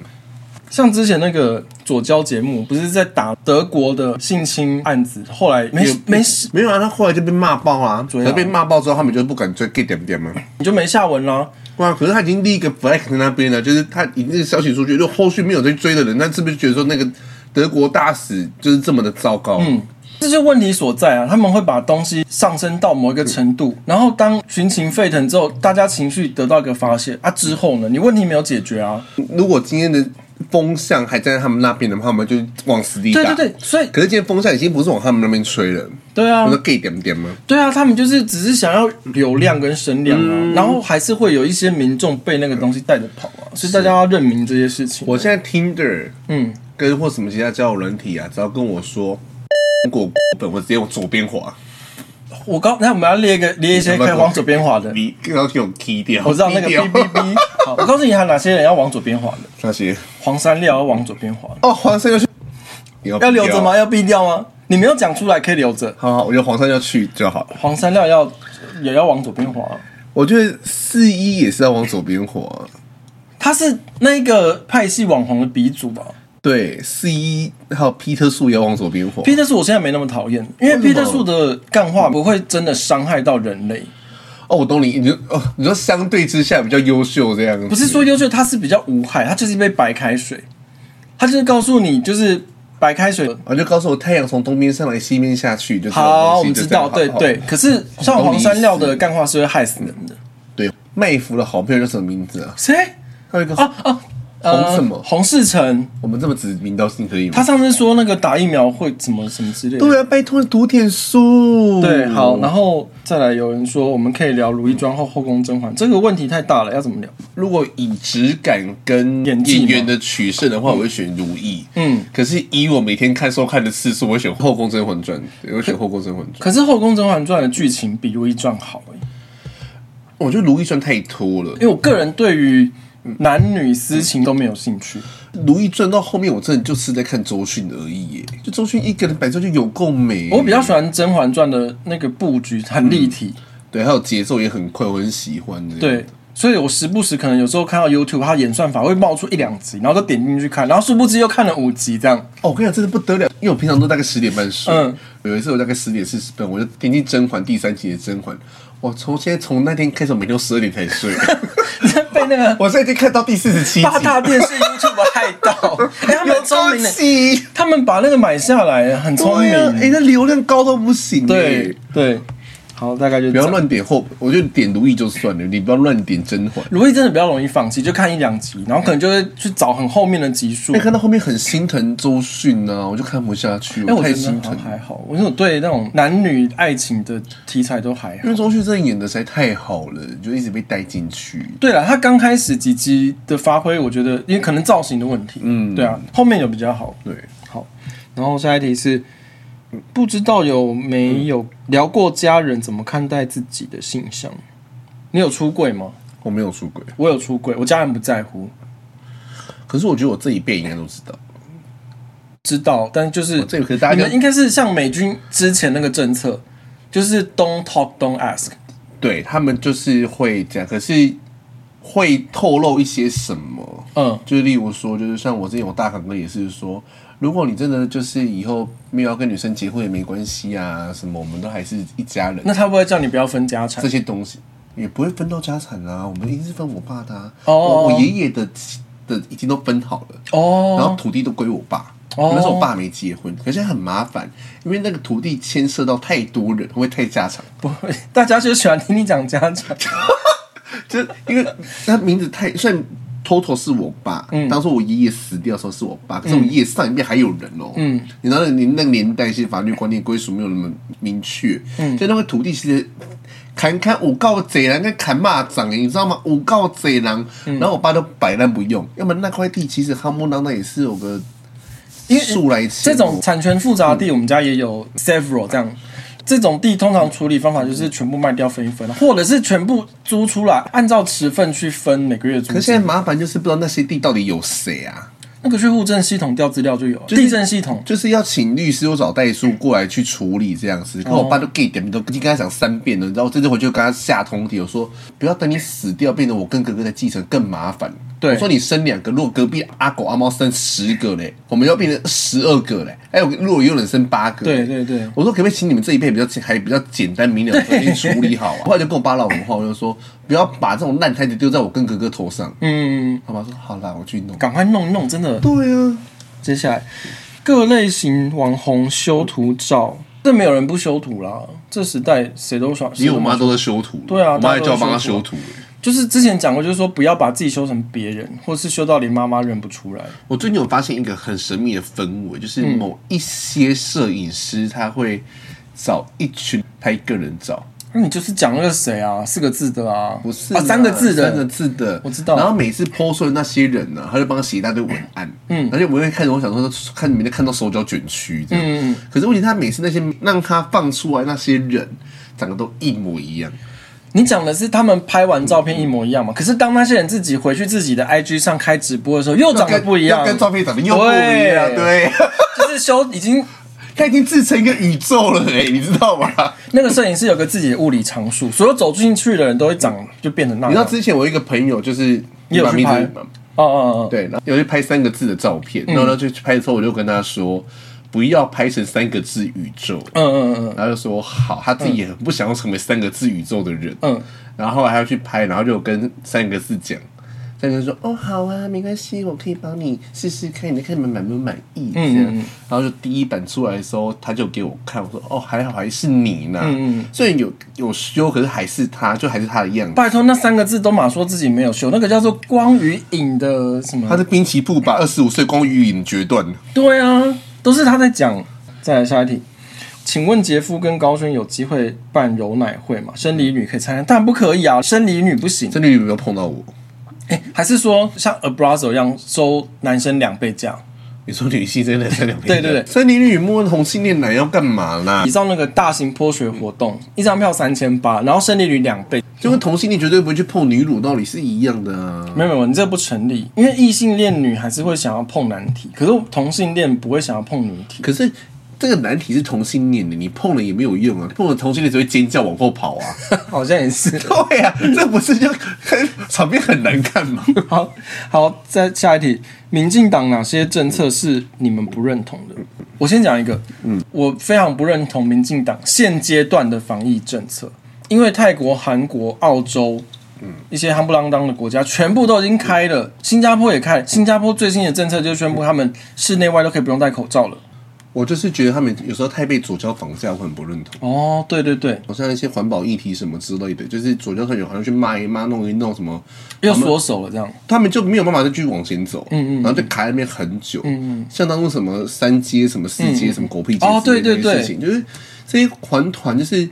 A: 像之前那个左交节目，不是在打德国的性侵案子，后来没
B: 也
A: 没事，
B: 没有啊，他后来就被骂爆啊，
A: 以啊
B: 然后被骂爆之后，他们就不敢追 get 点点嘛。
A: 你就没下文啦。
B: 哇，可是他已经立一个 flag 在那边了，就是他已经消息出去，就后续没有在追的人，那是不是觉得说那个德国大使就是这么的糟糕？嗯，
A: 这就是问题所在啊！他们会把东西上升到某一个程度，然后当群情沸腾之后，大家情绪得到一个发泄啊，之后呢，你问题没有解决啊。
B: 如果今天的风向还在他们那边的话，我们就往死里打。
A: 对对对，所以
B: 可是今天风向已经不是往他们那边吹了，
A: 对啊，
B: 我说 get 点点吗？
A: 对啊，他们就是只是想要流量跟声量啊，然后还是会有一些民众被那个东西带着跑啊，所以大家要认明这些事情。
B: 我现在 Tinder
A: 嗯，
B: 跟或什么其他交友软体啊，只要跟我说果本，我直接往左边滑，
A: 我刚那我们要列一个列一些可以往左边滑的，
B: 你然后给我踢掉。
A: 我知道那个
B: 踢
A: B
B: 掉
A: B B。好，我告诉你还有哪些人要往左边滑的，
B: 那些
A: 黄山料要往左边滑的，
B: 哦，黄山要去，要
A: 要留着吗？？要避掉吗？你没有讲出来可以留着，
B: 好好，我觉得黄山要去就好。
A: 黄山料要也要往左边滑、啊
B: 我觉得四一也是要往左边滑，
A: 他是那一个派系网红的鼻祖吧？
B: 对，C 还有皮特树也往左边滑。
A: 皮特树我现在没那么讨厌，因为皮特树的干话不会真的伤害到人类，
B: 哦，我懂你，你就哦，你说相对之下比较优秀这样子，
A: 不是说优秀，它是比较无害，它就是一杯白开水，它就是告诉你就是白开水。
B: 我就告诉我太阳从东边上来，西边下去，就这种
A: 好，
B: 东西
A: 我们知
B: 就这样
A: 道，对
B: 好
A: 对。
B: 好
A: 可是像黄山料的干话是会害死人的。
B: 对，麦福的好朋友叫什么名字啊？
A: 谁？
B: 还有一个
A: 啊啊！
B: 红什么
A: 呃洪世成，
B: 我们这么指名道姓可以吗？
A: 他上次说那个打疫苗会怎么什么之类的。
B: 对啊，拜托读点书。
A: 对，好，然后再来有人说，我们可以聊《如懿传》后后宫甄嬛这个问题太大了，要怎么聊？
B: 如果以质感跟
A: 演技吗
B: 演员的取胜的话，我会选如意。
A: 嗯，
B: 可是以我每天看收看的次数，我会选《后宫甄嬛传》，对我会选《后宫甄嬛传》。
A: 可是《后宫甄嬛传》的剧情比《如懿传》好、欸，
B: 我觉得《如懿传》太拖了，
A: 因为我个人对于男女私情都没有兴趣。
B: 《如懿传》到后面我真的就是在看周迅而已耶，就周迅一个人摆出就有够美。
A: 我比较喜欢《甄嬛传》的那个布局很立体，
B: 对，还有节奏也很快，我很喜欢的。
A: 对，所以我时不时可能有时候看到 YouTube 它演算法会冒出一两集，然后都点进去看，然后殊不知又看了五集这样。
B: 哦，我跟你讲，真的不得了，因为我平常都大概十点半睡，
A: 嗯
B: 有一次我大概十点四十分，我就点进《甄嬛》第三集的《甄嬛》，我从现在从那天开始，我每天都十二点 才睡，
A: 被那 个
B: 我现在已经看到第四十七集，
A: 八大电视 YouTube 害到，哎、他们很聪明的、
B: 有多气
A: 他们把那个买下来，很聪
B: 对
A: 明。
B: 啊，哎、那流量高到不行、欸，
A: 对。对，好，大概就
B: 不
A: 这
B: 要
A: 样。
B: 乱点后，我觉得点如意就算了，你不要乱点甄嬛。
A: 如懿真的比较容易放弃，就看一两集，然后可能就会去找很后面的集数。
B: 哎、看到后面很心疼周迅啊，我就看不下去，
A: 哎，
B: 我
A: 我
B: 太
A: 觉
B: 心
A: 得
B: 疼
A: 好
B: 了。
A: 还好，我那种对那种男女爱情的题材都还好
B: 因。为周迅真的演的实在太好了，就一直被带进去。
A: 对了，他刚开始几集的发挥，我觉得因为可能造型的问题，嗯，对啊，后面有比较好。
B: 对，
A: 好，然后下一题是，不知道有没
B: 嗯
A: 有聊过家人怎么看待自己的性向？你有出柜吗？
B: 我没有出轨，
A: 我有出柜，我家人不在乎，
B: 可是我觉得我这一辈应该都知道。
A: 知道，但就是
B: 哦这个可是大家
A: 你们应该是像美军之前那个政策，就是 don't talk, don't ask。
B: 对他们就是会这样，可是会透露一些什么？
A: 嗯，
B: 就例如说，就是像我之前我大堂哥也是说，如果你真的就是以后没有要跟女生结婚也没关系啊，什么我们都还是一家人，
A: 那他会不会叫你不要分家产
B: 这？些东西也不会分到家产啊，我们一定是分我爸的啊，
A: 哦
B: 我我爷爷的的已经都分好了。然后
A: 哦，
B: 土地都归我爸。
A: 哦
B: 那时候我爸没结婚，可是很麻烦，因为那个土地牵涉到太多人，会太家常，
A: 不会，大家就喜欢听你讲家产。
B: 就是因为他名字太虽然 total 是我爸，
A: 嗯
B: 当初我爷爷死掉的时候是我爸，可是我爷爷上一辈还有人哦，嗯，你知道你那个年代是法律观念归属没有那么明确，嗯，所以那个土地其实。砍砍五告贼人跟砍蚂蚱哎，你知道吗？五告贼人，
A: 嗯
B: 然后我爸都摆烂不用，要么那块地其实哈木当那也是有个
A: 因为
B: 数来钱
A: 这种产权复杂的地，我们家也有 several 这样。这种地通常处理方法就是全部卖掉分一分，或者是全部租出来，按照持份去分每个月租
B: 可是现
A: 金。
B: 在麻烦就是不知道那些地到底有谁啊，
A: 那个去户政系统调资料就有了，
B: 是
A: 地震系统。
B: 就是要请律师或找代书过来去处理这样
A: 哦
B: 子。可我爸都 gay 点，都已经跟他讲三遍了，你知道，我这次回去就跟他下通牒，我说不要等你死掉，变得我跟哥哥的继承更麻烦。
A: 对
B: 我说你生两个，如果隔壁阿狗阿猫生十个嘞，我们要变成十二个嘞，哎，如果有人生八个，
A: 对对对
B: 我说可不可以请你们这一辈比较简还比较简单明了，已经处理好、啊。后来就跟我爸唠狠话，我就说不要把这种烂摊子丢在我跟哥哥头上。
A: 嗯，
B: 他爸说好啦，我去弄。
A: 赶快弄一弄，真的
B: 对啊，
A: 接下来，各类型网红修图照，这没有人不修图啦。这时代谁都想，
B: 因为我妈都在修图，
A: 对啊
B: 我妈还
A: 大家
B: 叫
A: 都
B: 我
A: 在
B: 帮她
A: 修
B: 修
A: 图啊
B: 图。
A: 就是之前讲过，就是说不要把自己修成别人，或是修到连妈妈认不出来。
B: 我最近有发现一个很神秘的氛围，就是
A: 嗯
B: 某一些摄影师他会找一群拍个人照，
A: 那你就是讲那个谁啊，四个字的啊，
B: 不是
A: 啊，
B: 啦
A: 三个字
B: 三
A: 的，
B: 个字的，
A: 我知道
B: 然后每次 po 出的那些人呢、他就帮他写一大堆文案，嗯，而且我会看着，我想说看里面看到手脚卷曲这样，嗯，可是问题他每次那些让他放出来那些人长得都一模一样，
A: 你讲的是他们拍完照片一模一样嘛？可是当那些人自己回去自己的 IG 上开直播的时候，又长得不一样，
B: 要跟照片长得又不一样，对，
A: 就是修已经
B: 他已经自成一个宇宙了哎、你知道吗？
A: 那个摄影师有个自己的物理常数，所有走进去的人都会长就变成那
B: 你知道
A: 样。
B: 之前我有一个朋友就是
A: 也有
B: 把
A: 去
B: 名
A: 拍嗯
B: 字，
A: 哦哦哦，
B: 对，然后有去拍三个字的照片，然后他就去拍的时候，我就跟他说不要拍成三个字宇宙，
A: 嗯嗯嗯嗯，
B: 然后就说好，他自己也很不想要成为三个字宇宙的人，
A: 嗯，
B: 然后还要去拍，然后就跟三个字讲，三个字说哦好啊，没关系，我可以帮你试试看，你看你们满不满意这
A: 嗯
B: 样，然后就第一版出来的时候，他就给我看，我说哦还好还是你呢，嗯，虽然有有修，可是还是他，就还是他的样子。
A: 拜托，那三个字都马说自己没有修，那个叫做光与影的什么
B: 他？是滨崎步把二十五岁光与影决断，
A: 对啊，都是他在讲。再来下一题，请问杰夫跟高轩有机会办柔奶会吗？生理女可以参加，但不可以啊，生理女不行。
B: 真的有没有碰到我？
A: 哎、还是说像 Abrazo 一样收男生两倍价？
B: 你说女性真的嗯三两
A: 对对对
B: 三零女摸同性恋男要干嘛啦
A: 比？照那个大型泼水活动，一张票三千八，然后生理女两倍。
B: 就跟同性恋绝对不会去碰女乳，道理是一样的啊。
A: 没有没有，你这不成立，因为异性恋女还是会想要碰男体，可是同性恋不会想要碰女体。
B: 可是这个难题是同性恋的，你碰了也没有用啊，碰了同性恋只会尖叫往后跑啊。
A: 好像也是。
B: 对啊，这不是就场面很难看吗？
A: 好好，再下一题，民进党哪些政策是你们不认同的？我先讲一个，嗯，我非常不认同民进党现阶段的防疫政策，因为泰国、韩国、澳洲。一些夯不啷当的国家全部都已经开了，新加坡也开了。新加坡最新的政策就是宣布他们室内外都可以不用戴口罩了。
B: 我就是觉得他们有时候太被左交绑架，我很不认同。
A: 哦，对对对，
B: 好像一些环保议题什么之类的，就是左交团友好像去骂一骂、弄一弄什么，
A: 又缩手了这样。
B: 他们就没有办法再继续往前走，嗯嗯，然后就卡在那边很久，嗯嗯，像当初什么三阶、什么四阶、什么狗屁街
A: 嗯哦
B: 之类
A: 对
B: 的
A: 对对
B: 事情，就是这些环团就是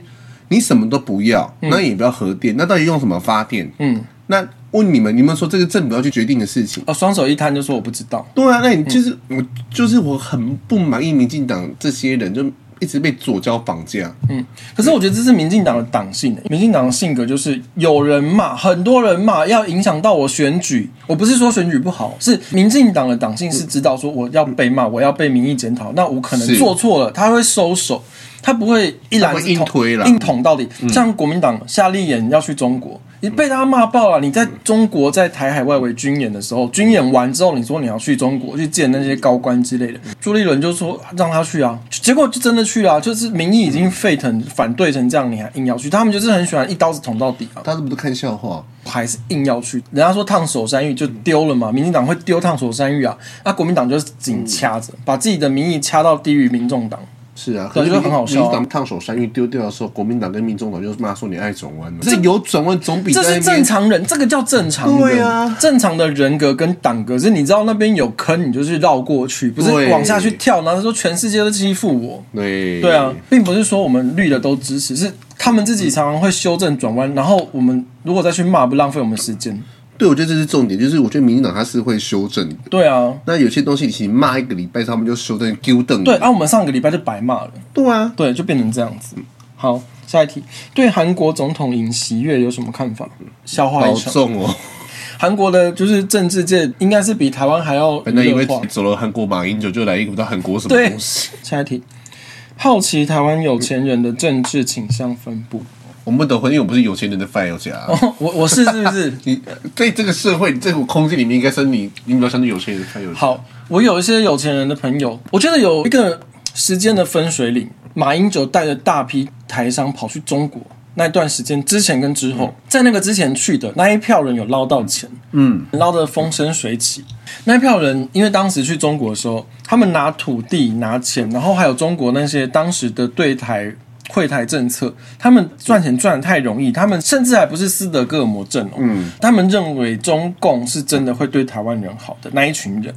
B: 你什么都不要，
A: 嗯
B: 那也不要核电，那到底用什么发电？嗯，那问你们，你们说这个政府要去决定的事情。
A: 哦，双手一摊就说我不知道。
B: 对啊，那
A: 嗯
B: 你就是、我，就是我很不满意民进党这些人，就一直被左交绑架。
A: 嗯，可是我觉得这是民进党的党性，欸民进党的性格就是有人骂，很多人骂，要影响到我选举。我不是说选举不好，是民进党的党性是知道说我要被骂，我要被民意检讨，那我可能
B: 嗯是
A: 做错了，他会收手，他不会一揽
B: 他
A: 子
B: 会硬
A: 捅
B: 推啦
A: 硬捅到底。像国民党夏立言要去中国，你被他骂爆了。你在中国在台海外围军演的时候，军演完之后，你说你要去中国去见那些高官之类的，朱立伦就说让他去啊，结果就真的去了、啊，就是民意已经沸腾，反对成这样，你还硬要去，他们就是很喜欢一刀子捅到底啊。
B: 大家都不是看笑话，
A: 还是硬要去。人家说烫手山芋就丢了嘛，民进党会丢烫手山芋啊，那、国民党就是紧掐着，把自己的民意掐到低于民众党。
B: 是啊，
A: 对
B: 可是
A: 就很好笑啊
B: 民进党烫手山芋丢掉的时候，国民党跟民众党就是骂说你爱转弯了，这有转弯总比
A: 这
B: 在
A: 是
B: 那
A: 正
B: 边
A: 常人，这个叫正常人。
B: 对啊
A: 正常的人格跟党格是，你知道那边有坑，你就去绕过去，不是
B: 对
A: 往下去跳。然后说全世界都欺负我，
B: 对
A: 对啊，并不是说我们绿的都支持，是他们自己常常会修正转弯，然后我们如果再去骂，不浪费我们时间。
B: 对，我觉得这是重点，就是我觉得民进党他是会修正的。
A: 对啊，
B: 那有些东西你骂一个礼拜，他们就修正丢凳。
A: 对啊，我们上个礼拜就白骂了。
B: 对啊，
A: 对，就变成这样子。好，下一题，对韩国总统尹锡悦有什么看法？消化
B: 保
A: 一场。
B: 重哦！
A: 韩国的就是政治界应该是比台湾还要
B: 本来以
A: 娱
B: 为
A: 乐化。
B: 走了韩国马英九就来一个不知道韩国什么
A: 对
B: 东，西，
A: 下一题，好奇台湾有钱人的政治倾向分布。
B: 我们等会因为我不是有钱人的 file 夹、
A: 哦， 我我是是不是？
B: 你呃在这个社会这个空间里面，应该是你你比较相对有钱人的 file 夹。
A: 好，我有一些有钱人的朋友，我觉得有一个时间的分水岭，马英九带着大批台商跑去中国那段时间之前跟之后，在那个之前去的那一票人有捞到钱，嗯，捞得风生水起。嗯那一票人因为当时去中国的时候，他们拿土地、拿钱，然后还有中国那些当时的对台。溃台政策，他们赚钱赚的太容易，他们甚至还不是斯德哥尔摩症哦，嗯，他们认为中共是真的会对台湾人好的那一群人，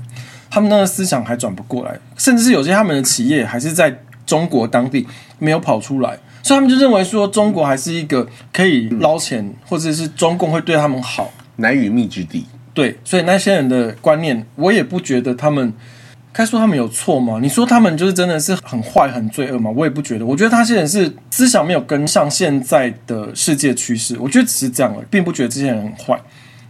A: 他们那个思想还转不过来，甚至是有些他们的企业还是在中国当地没有跑出来，所以他们就认为说中国还是一个可以捞钱，或者是中共会对他们好。
B: 南与密之地，
A: 对，所以那些人的观念，我也不觉得他们该说他们有错吗？你说他们就是真的是很坏、很罪恶吗？我也不觉得，我觉得他些人是思想没有跟上现在的世界趋势，我觉得只是这样而已，并不觉得这些人很坏。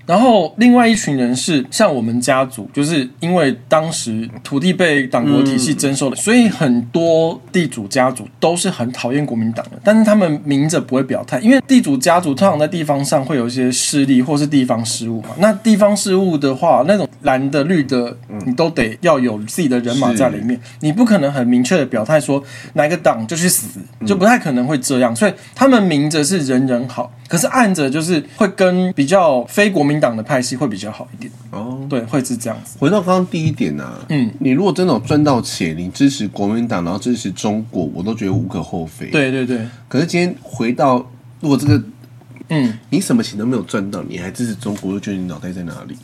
A: 然后另外一群人是像我们家族，就是因为当时土地被党国体系征收的，所以很多地主家族都是很讨厌国民党的，但是他们明着不会表态，因为地主家族通常在地方上会有一些势力或是地方事务嘛。那地方事务的话，那种蓝的绿的，你都得要有自己的人马在里面，你不可能很明确的表态说哪个党就去死，
B: 嗯
A: 就不太可能会这样。所以他们明着是人人好，可是暗着就是会跟比较非国民党的派系会比较好一点。
B: 哦，
A: 对，会是这样子。
B: 回到刚刚第一点啊，嗯，你如果真的有赚到钱，你支持国民党，然后支持中国，我都觉得无可厚非。，
A: 对对对，
B: 可是今天回到，如果这个
A: 嗯，
B: 你什么钱都没有赚到，你还支持中国，就觉得你脑袋在哪里？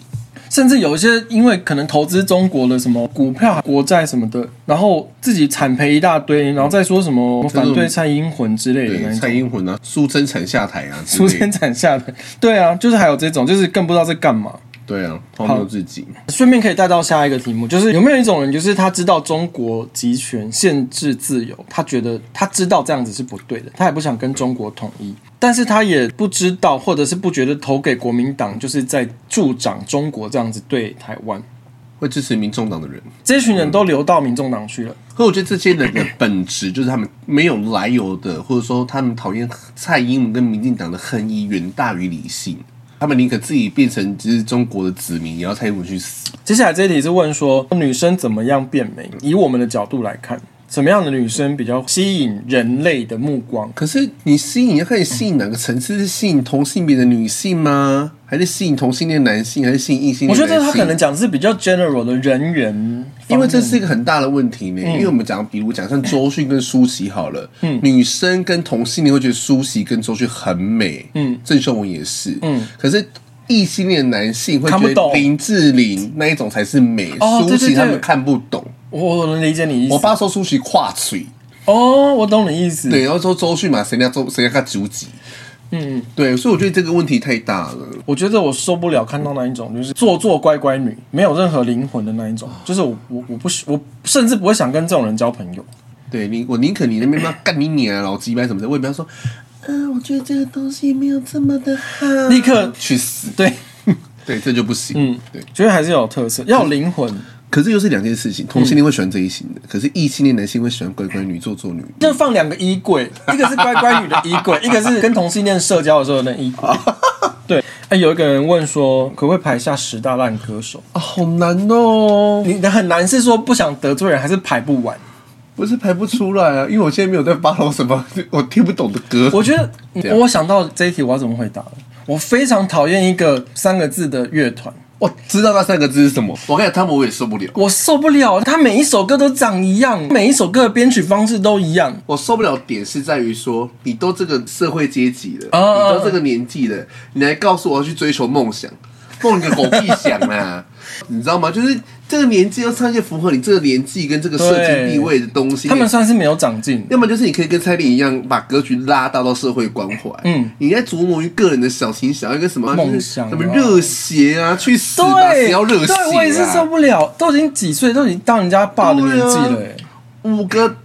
A: 甚至有一些因为可能投资中国的什么股票、啊国债什么的，然后自己惨赔一大堆，然后再说什么反对蔡英文之类的那
B: 对，
A: 一
B: 蔡
A: 种。
B: 英文啊，苏贞昌下台啊，
A: 出
B: 苏
A: 天斩下的，对啊，就是还有这种，就是更不知道在干嘛。
B: 对啊，荒谬至极。
A: 顺便可以带到下一个题目，就是有没有一种人，就是他知道中国集权限制自由，他觉得他知道这样子是不对的，他也不想跟中国统一，但是他也不知道，或者是不觉得投给国民党就是在助长中国这样子对台湾。
B: 会支持民众党的人，
A: 这群人都流到民众党去了，
B: 可我觉得这些人的本质就是他们没有来由的，或者说他们讨厌蔡英文跟民进党的恨意远大于理性，他们宁可自己变成只是中国的子民，也要蔡英文去死。
A: 接下来这一题是问说女生怎么样变美？以我们的角度来看，什么样的女生比较吸引人类的目光？
B: 可是你吸引要看你吸引哪个层次，是吸引同性别的女性吗？还是吸引同性恋男性？还是吸引异性
A: 我
B: 恋
A: 觉
B: 男性？
A: 得他可能讲的是比较 general 的人缘方面，
B: 因为这是一个很大的问题呢，
A: 嗯
B: 因为我们讲，比如讲像周迅跟舒淇好了，女生跟同性恋会觉得舒淇跟周迅很美，嗯，郑秀文也是，嗯，可是异性恋男性会
A: 看不
B: 觉得
A: 懂
B: 林志玲那一种才是美，
A: 哦
B: 舒
A: 对对对
B: 淇他们看不懂。
A: 我我能理解你意
B: 我
A: 思。
B: 爸说舒淇跨嘴，
A: 哦，我懂你意思。
B: 对，然后说周迅嘛，谁家周谁家他主己，嗯，对，所以我觉得这个问题太大了。
A: 我觉得我受不了看到那一种就是做作乖乖女，没有任何灵魂的那一种，就是我我我不喜我甚至不会想跟这种人交朋友。
B: 对你，我宁可你那边妈干你娘啊老鸡巴什么的，我也不要说，嗯、我觉得这个东西没有这么的好，
A: 立刻
B: 去死。
A: 对，
B: 对，这就不行。嗯，对。
A: 觉得还是要有特色，要有灵魂。
B: 可是又是两件事情，同性恋会喜欢这一型的，
A: 嗯
B: 可是异性恋男性会喜欢乖乖女、做作女。
A: 就放两个衣柜，一个是乖乖女的衣 柜，一个是跟同性恋社交的时候的那衣柜。啊对，哎、有一个人问说，可不可以排下十大烂歌手？
B: 啊，好难哦！
A: 你的很难是说不想得罪人，还是排不完？
B: 不是排不出来啊，因为我现在没有在 follow 什么 我听不懂的歌。
A: 我觉得
B: 对
A: 嗯
B: 啊
A: 我想到这一题，我要怎么回答了？我非常讨厌一个三个字的乐团，
B: 我知道那三个字是什么，我跟你讲，他们我也受不了，
A: 我受不了，他每一首歌都长一样，每一首歌的编曲方式都一样。
B: 我受不了点是在于说，你都这个社会阶级了，
A: 啊
B: 你都这个年纪了，你还告诉我要去追求梦想，梦你个狗屁想 啊！你知道吗？就是这个年纪要唱一些符合你这个年纪跟这个社
A: 对
B: 经地位的东西，
A: 他们算是没有长进，
B: 要么就是你可以跟蔡依林一样，把格局拉大到社会关怀。嗯，你在琢磨于个人的小情小爱跟什么
A: 梦想啊
B: 就是什么热血啊，去死吧！
A: 对，
B: 谁要热血、啊？
A: 对我也是受不了，都已经几岁，都已经到人家爸的年纪了、
B: 对啊五个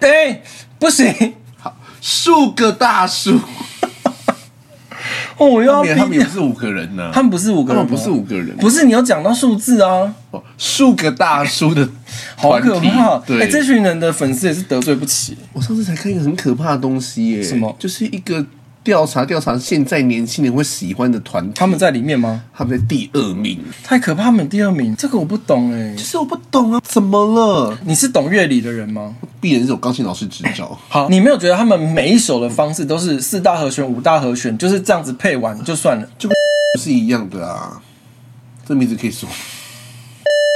A: 哎、哎不行，
B: 好，数个大叔，
A: 哦，我又要
B: 他们
A: 逼
B: 也他们也不是五个人呐、
A: 他们不是五个
B: 他
A: 人
B: 们
A: 吗，
B: 不是五个人，
A: 不是你要讲到数字啊，
B: 哦数个大叔的
A: 好
B: 团体
A: 可怕！
B: 对，
A: 哎、这群人的粉丝也是得罪不起。
B: 我上次才看一个很可怕的东西耶、
A: 什么
B: 就是一个调查调查现在年轻人会喜欢的团体，
A: 他们在里面吗？
B: 他们在第二名，
A: 太可怕！他们第二名，这个我不懂哎、
B: 其实我不懂啊，怎么了？
A: 你是懂乐理的人吗？
B: 必然是有钢琴老师指教。
A: 好，你没有觉得他们每一首的方式都是四大和弦、五大和弦，就是这样子配完就算了，
B: 就跟是一样的啊。这名字可以说，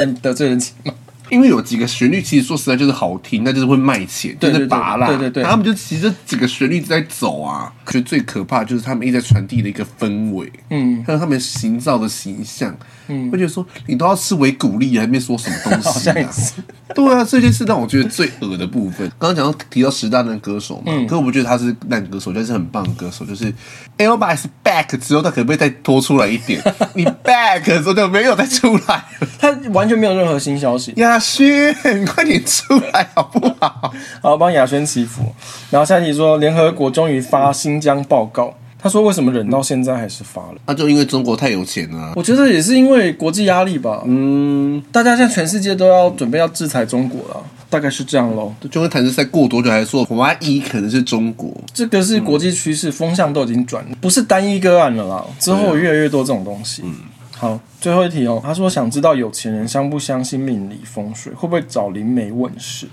A: 能得罪人情吗？
B: 因为有几个旋律其实说实在就是好听，那就是会卖钱，
A: 对对
B: 就是拔啦。
A: 对对对
B: 他们就其实这几个旋律在走啊。觉得最可怕就是他们一直在传递的一个氛围，嗯，还有他们营造的形象，嗯，会觉得说你都要吃维骨力，还没说什么东西、啊，
A: 好像也是
B: 对啊，这件事让我觉得最恶的部分。刚刚讲到提到十大烂歌手嘛，
A: 嗯
B: 可我不觉得他是烂歌手，但是很棒的歌手。就是 L b a is back 之后，他可不可以再多出来一 点？你 back 之后就没有再出来了。
A: 他完全没有任何新消息。
B: 亚轩，快点出来好不好？
A: 好，帮雅轩祈福。然后下一题说，联合国终于发新疆报告，他说为什么忍到现在还是发了？
B: 啊那、就因为中国太有钱了啊、
A: 我觉得也是因为国际压力吧。嗯，大家现在全世界都要准备要制裁中国了，大概是这样喽。
B: 就跟谭志赛过多久还说，恐怕一可能是中国。
A: 这个是国际趋势，风向都已经转了，不是单一个案了啦。之后越来越多这种东西。嗯，好，最后一题哦。他说想知道有钱人相不相信命理风水，会不会找灵媒问事？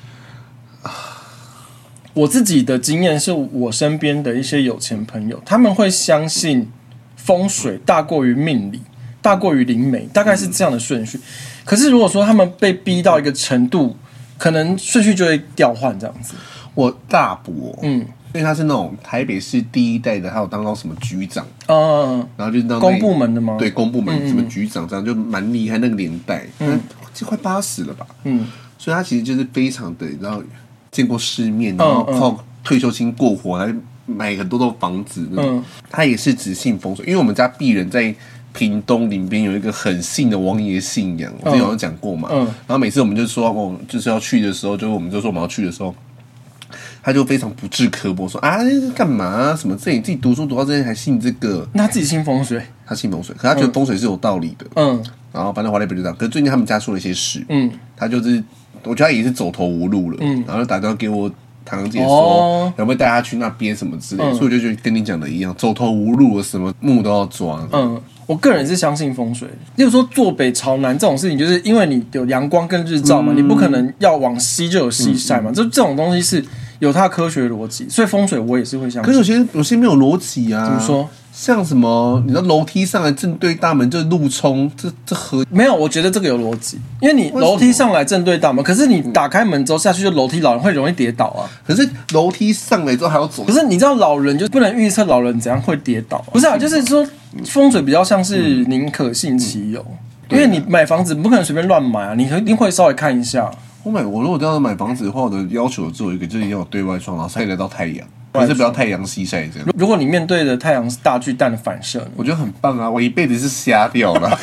A: 我自己的经验是我身边的一些有钱朋友，他们会相信风水大过于命理，大过于灵媒，大概是这样的顺序。可是如果说他们被逼到一个程度，可能顺序就会调换这样子。
B: 我大伯，
A: 嗯，
B: 因为他是那种台北市第一代的，他有当到什么局长，
A: 嗯、
B: 然后就是当那
A: 公部门的吗？嗯
B: 对，公部门什么局长这样就蛮厉害。那个年代，嗯，这快八十了吧？
A: 嗯，
B: 所以他其实就是非常的，然后见过世面，然后
A: 嗯嗯
B: 靠退休金过活，来买很多栋房子。
A: 嗯，
B: 他也是只信风水，因为我们家鄙人在。屏东林边有一个很信的王爷信仰，我之前有讲过嘛。
A: 嗯
B: 然后每次我们就说，我们就是要去的时候，就我们就说我们要去的时候，他就非常不置可否，说啊干嘛、什么这你自己读书读到这里还信这个？
A: 那自己信风水，
B: 他信风水，可他觉得风水是有道理的。
A: 嗯
B: 然后反正华莱北就这样，可是最近他们家出了一些事，
A: 嗯，
B: 他就是我觉得他也是走投无路了，然后就打电话给我堂姐说，
A: 哦嗯
B: 要不要带他去那边什么之类的，所以我就觉得跟你讲的一样，走投无路了，什么木都要抓。
A: 嗯，我个人是相信风水的。例如说坐北朝南这种事情，就是因为你有阳光跟日照
B: 嗯
A: 嘛，你不可能要往西就有西晒嘛，就这种东西是有它的科学逻辑，所以风水我也是会相
B: 可是
A: 信。
B: 有些有些没有逻辑啊，怎
A: 么说？
B: 像什么，你知道楼梯上来正对大门就是路冲，这这何
A: 没有，我觉得这个有逻辑，因为你楼梯上来正对大门，可是你打开门之后下去就楼梯老人会容易跌倒啊。
B: 可是楼梯上来之后还要走
A: 可，是你知道老人就不能预测老人怎样会跌倒、
B: 嗯
A: 不是啊，就是说风水比较像是宁可信其有，因
B: 啊
A: 为你买房子不可能随便乱买啊，你一定会稍微看一下。
B: 我买 Oh 我如果要买房子的话，我的要求只有一个，就是要有对外窗，然后晒得到太阳，可是不要太阳西晒这样。
A: 如果你面对的太阳是大巨蛋的反射呢？
B: 我觉得很棒啊！我一辈子是瞎掉了。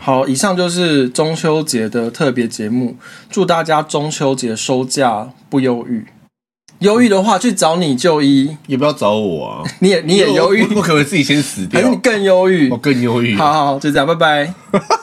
A: 好，以上就是中秋节的特别节目，祝大家中秋节收假不忧郁。忧郁的话，去找你就医。
B: 也不要找我 啊！
A: 你也你也忧郁
B: 我，我可能自己先死
A: 还是你
B: 掉，
A: 更忧郁
B: 我？更忧郁。啊
A: 好好，好就这样，拜拜。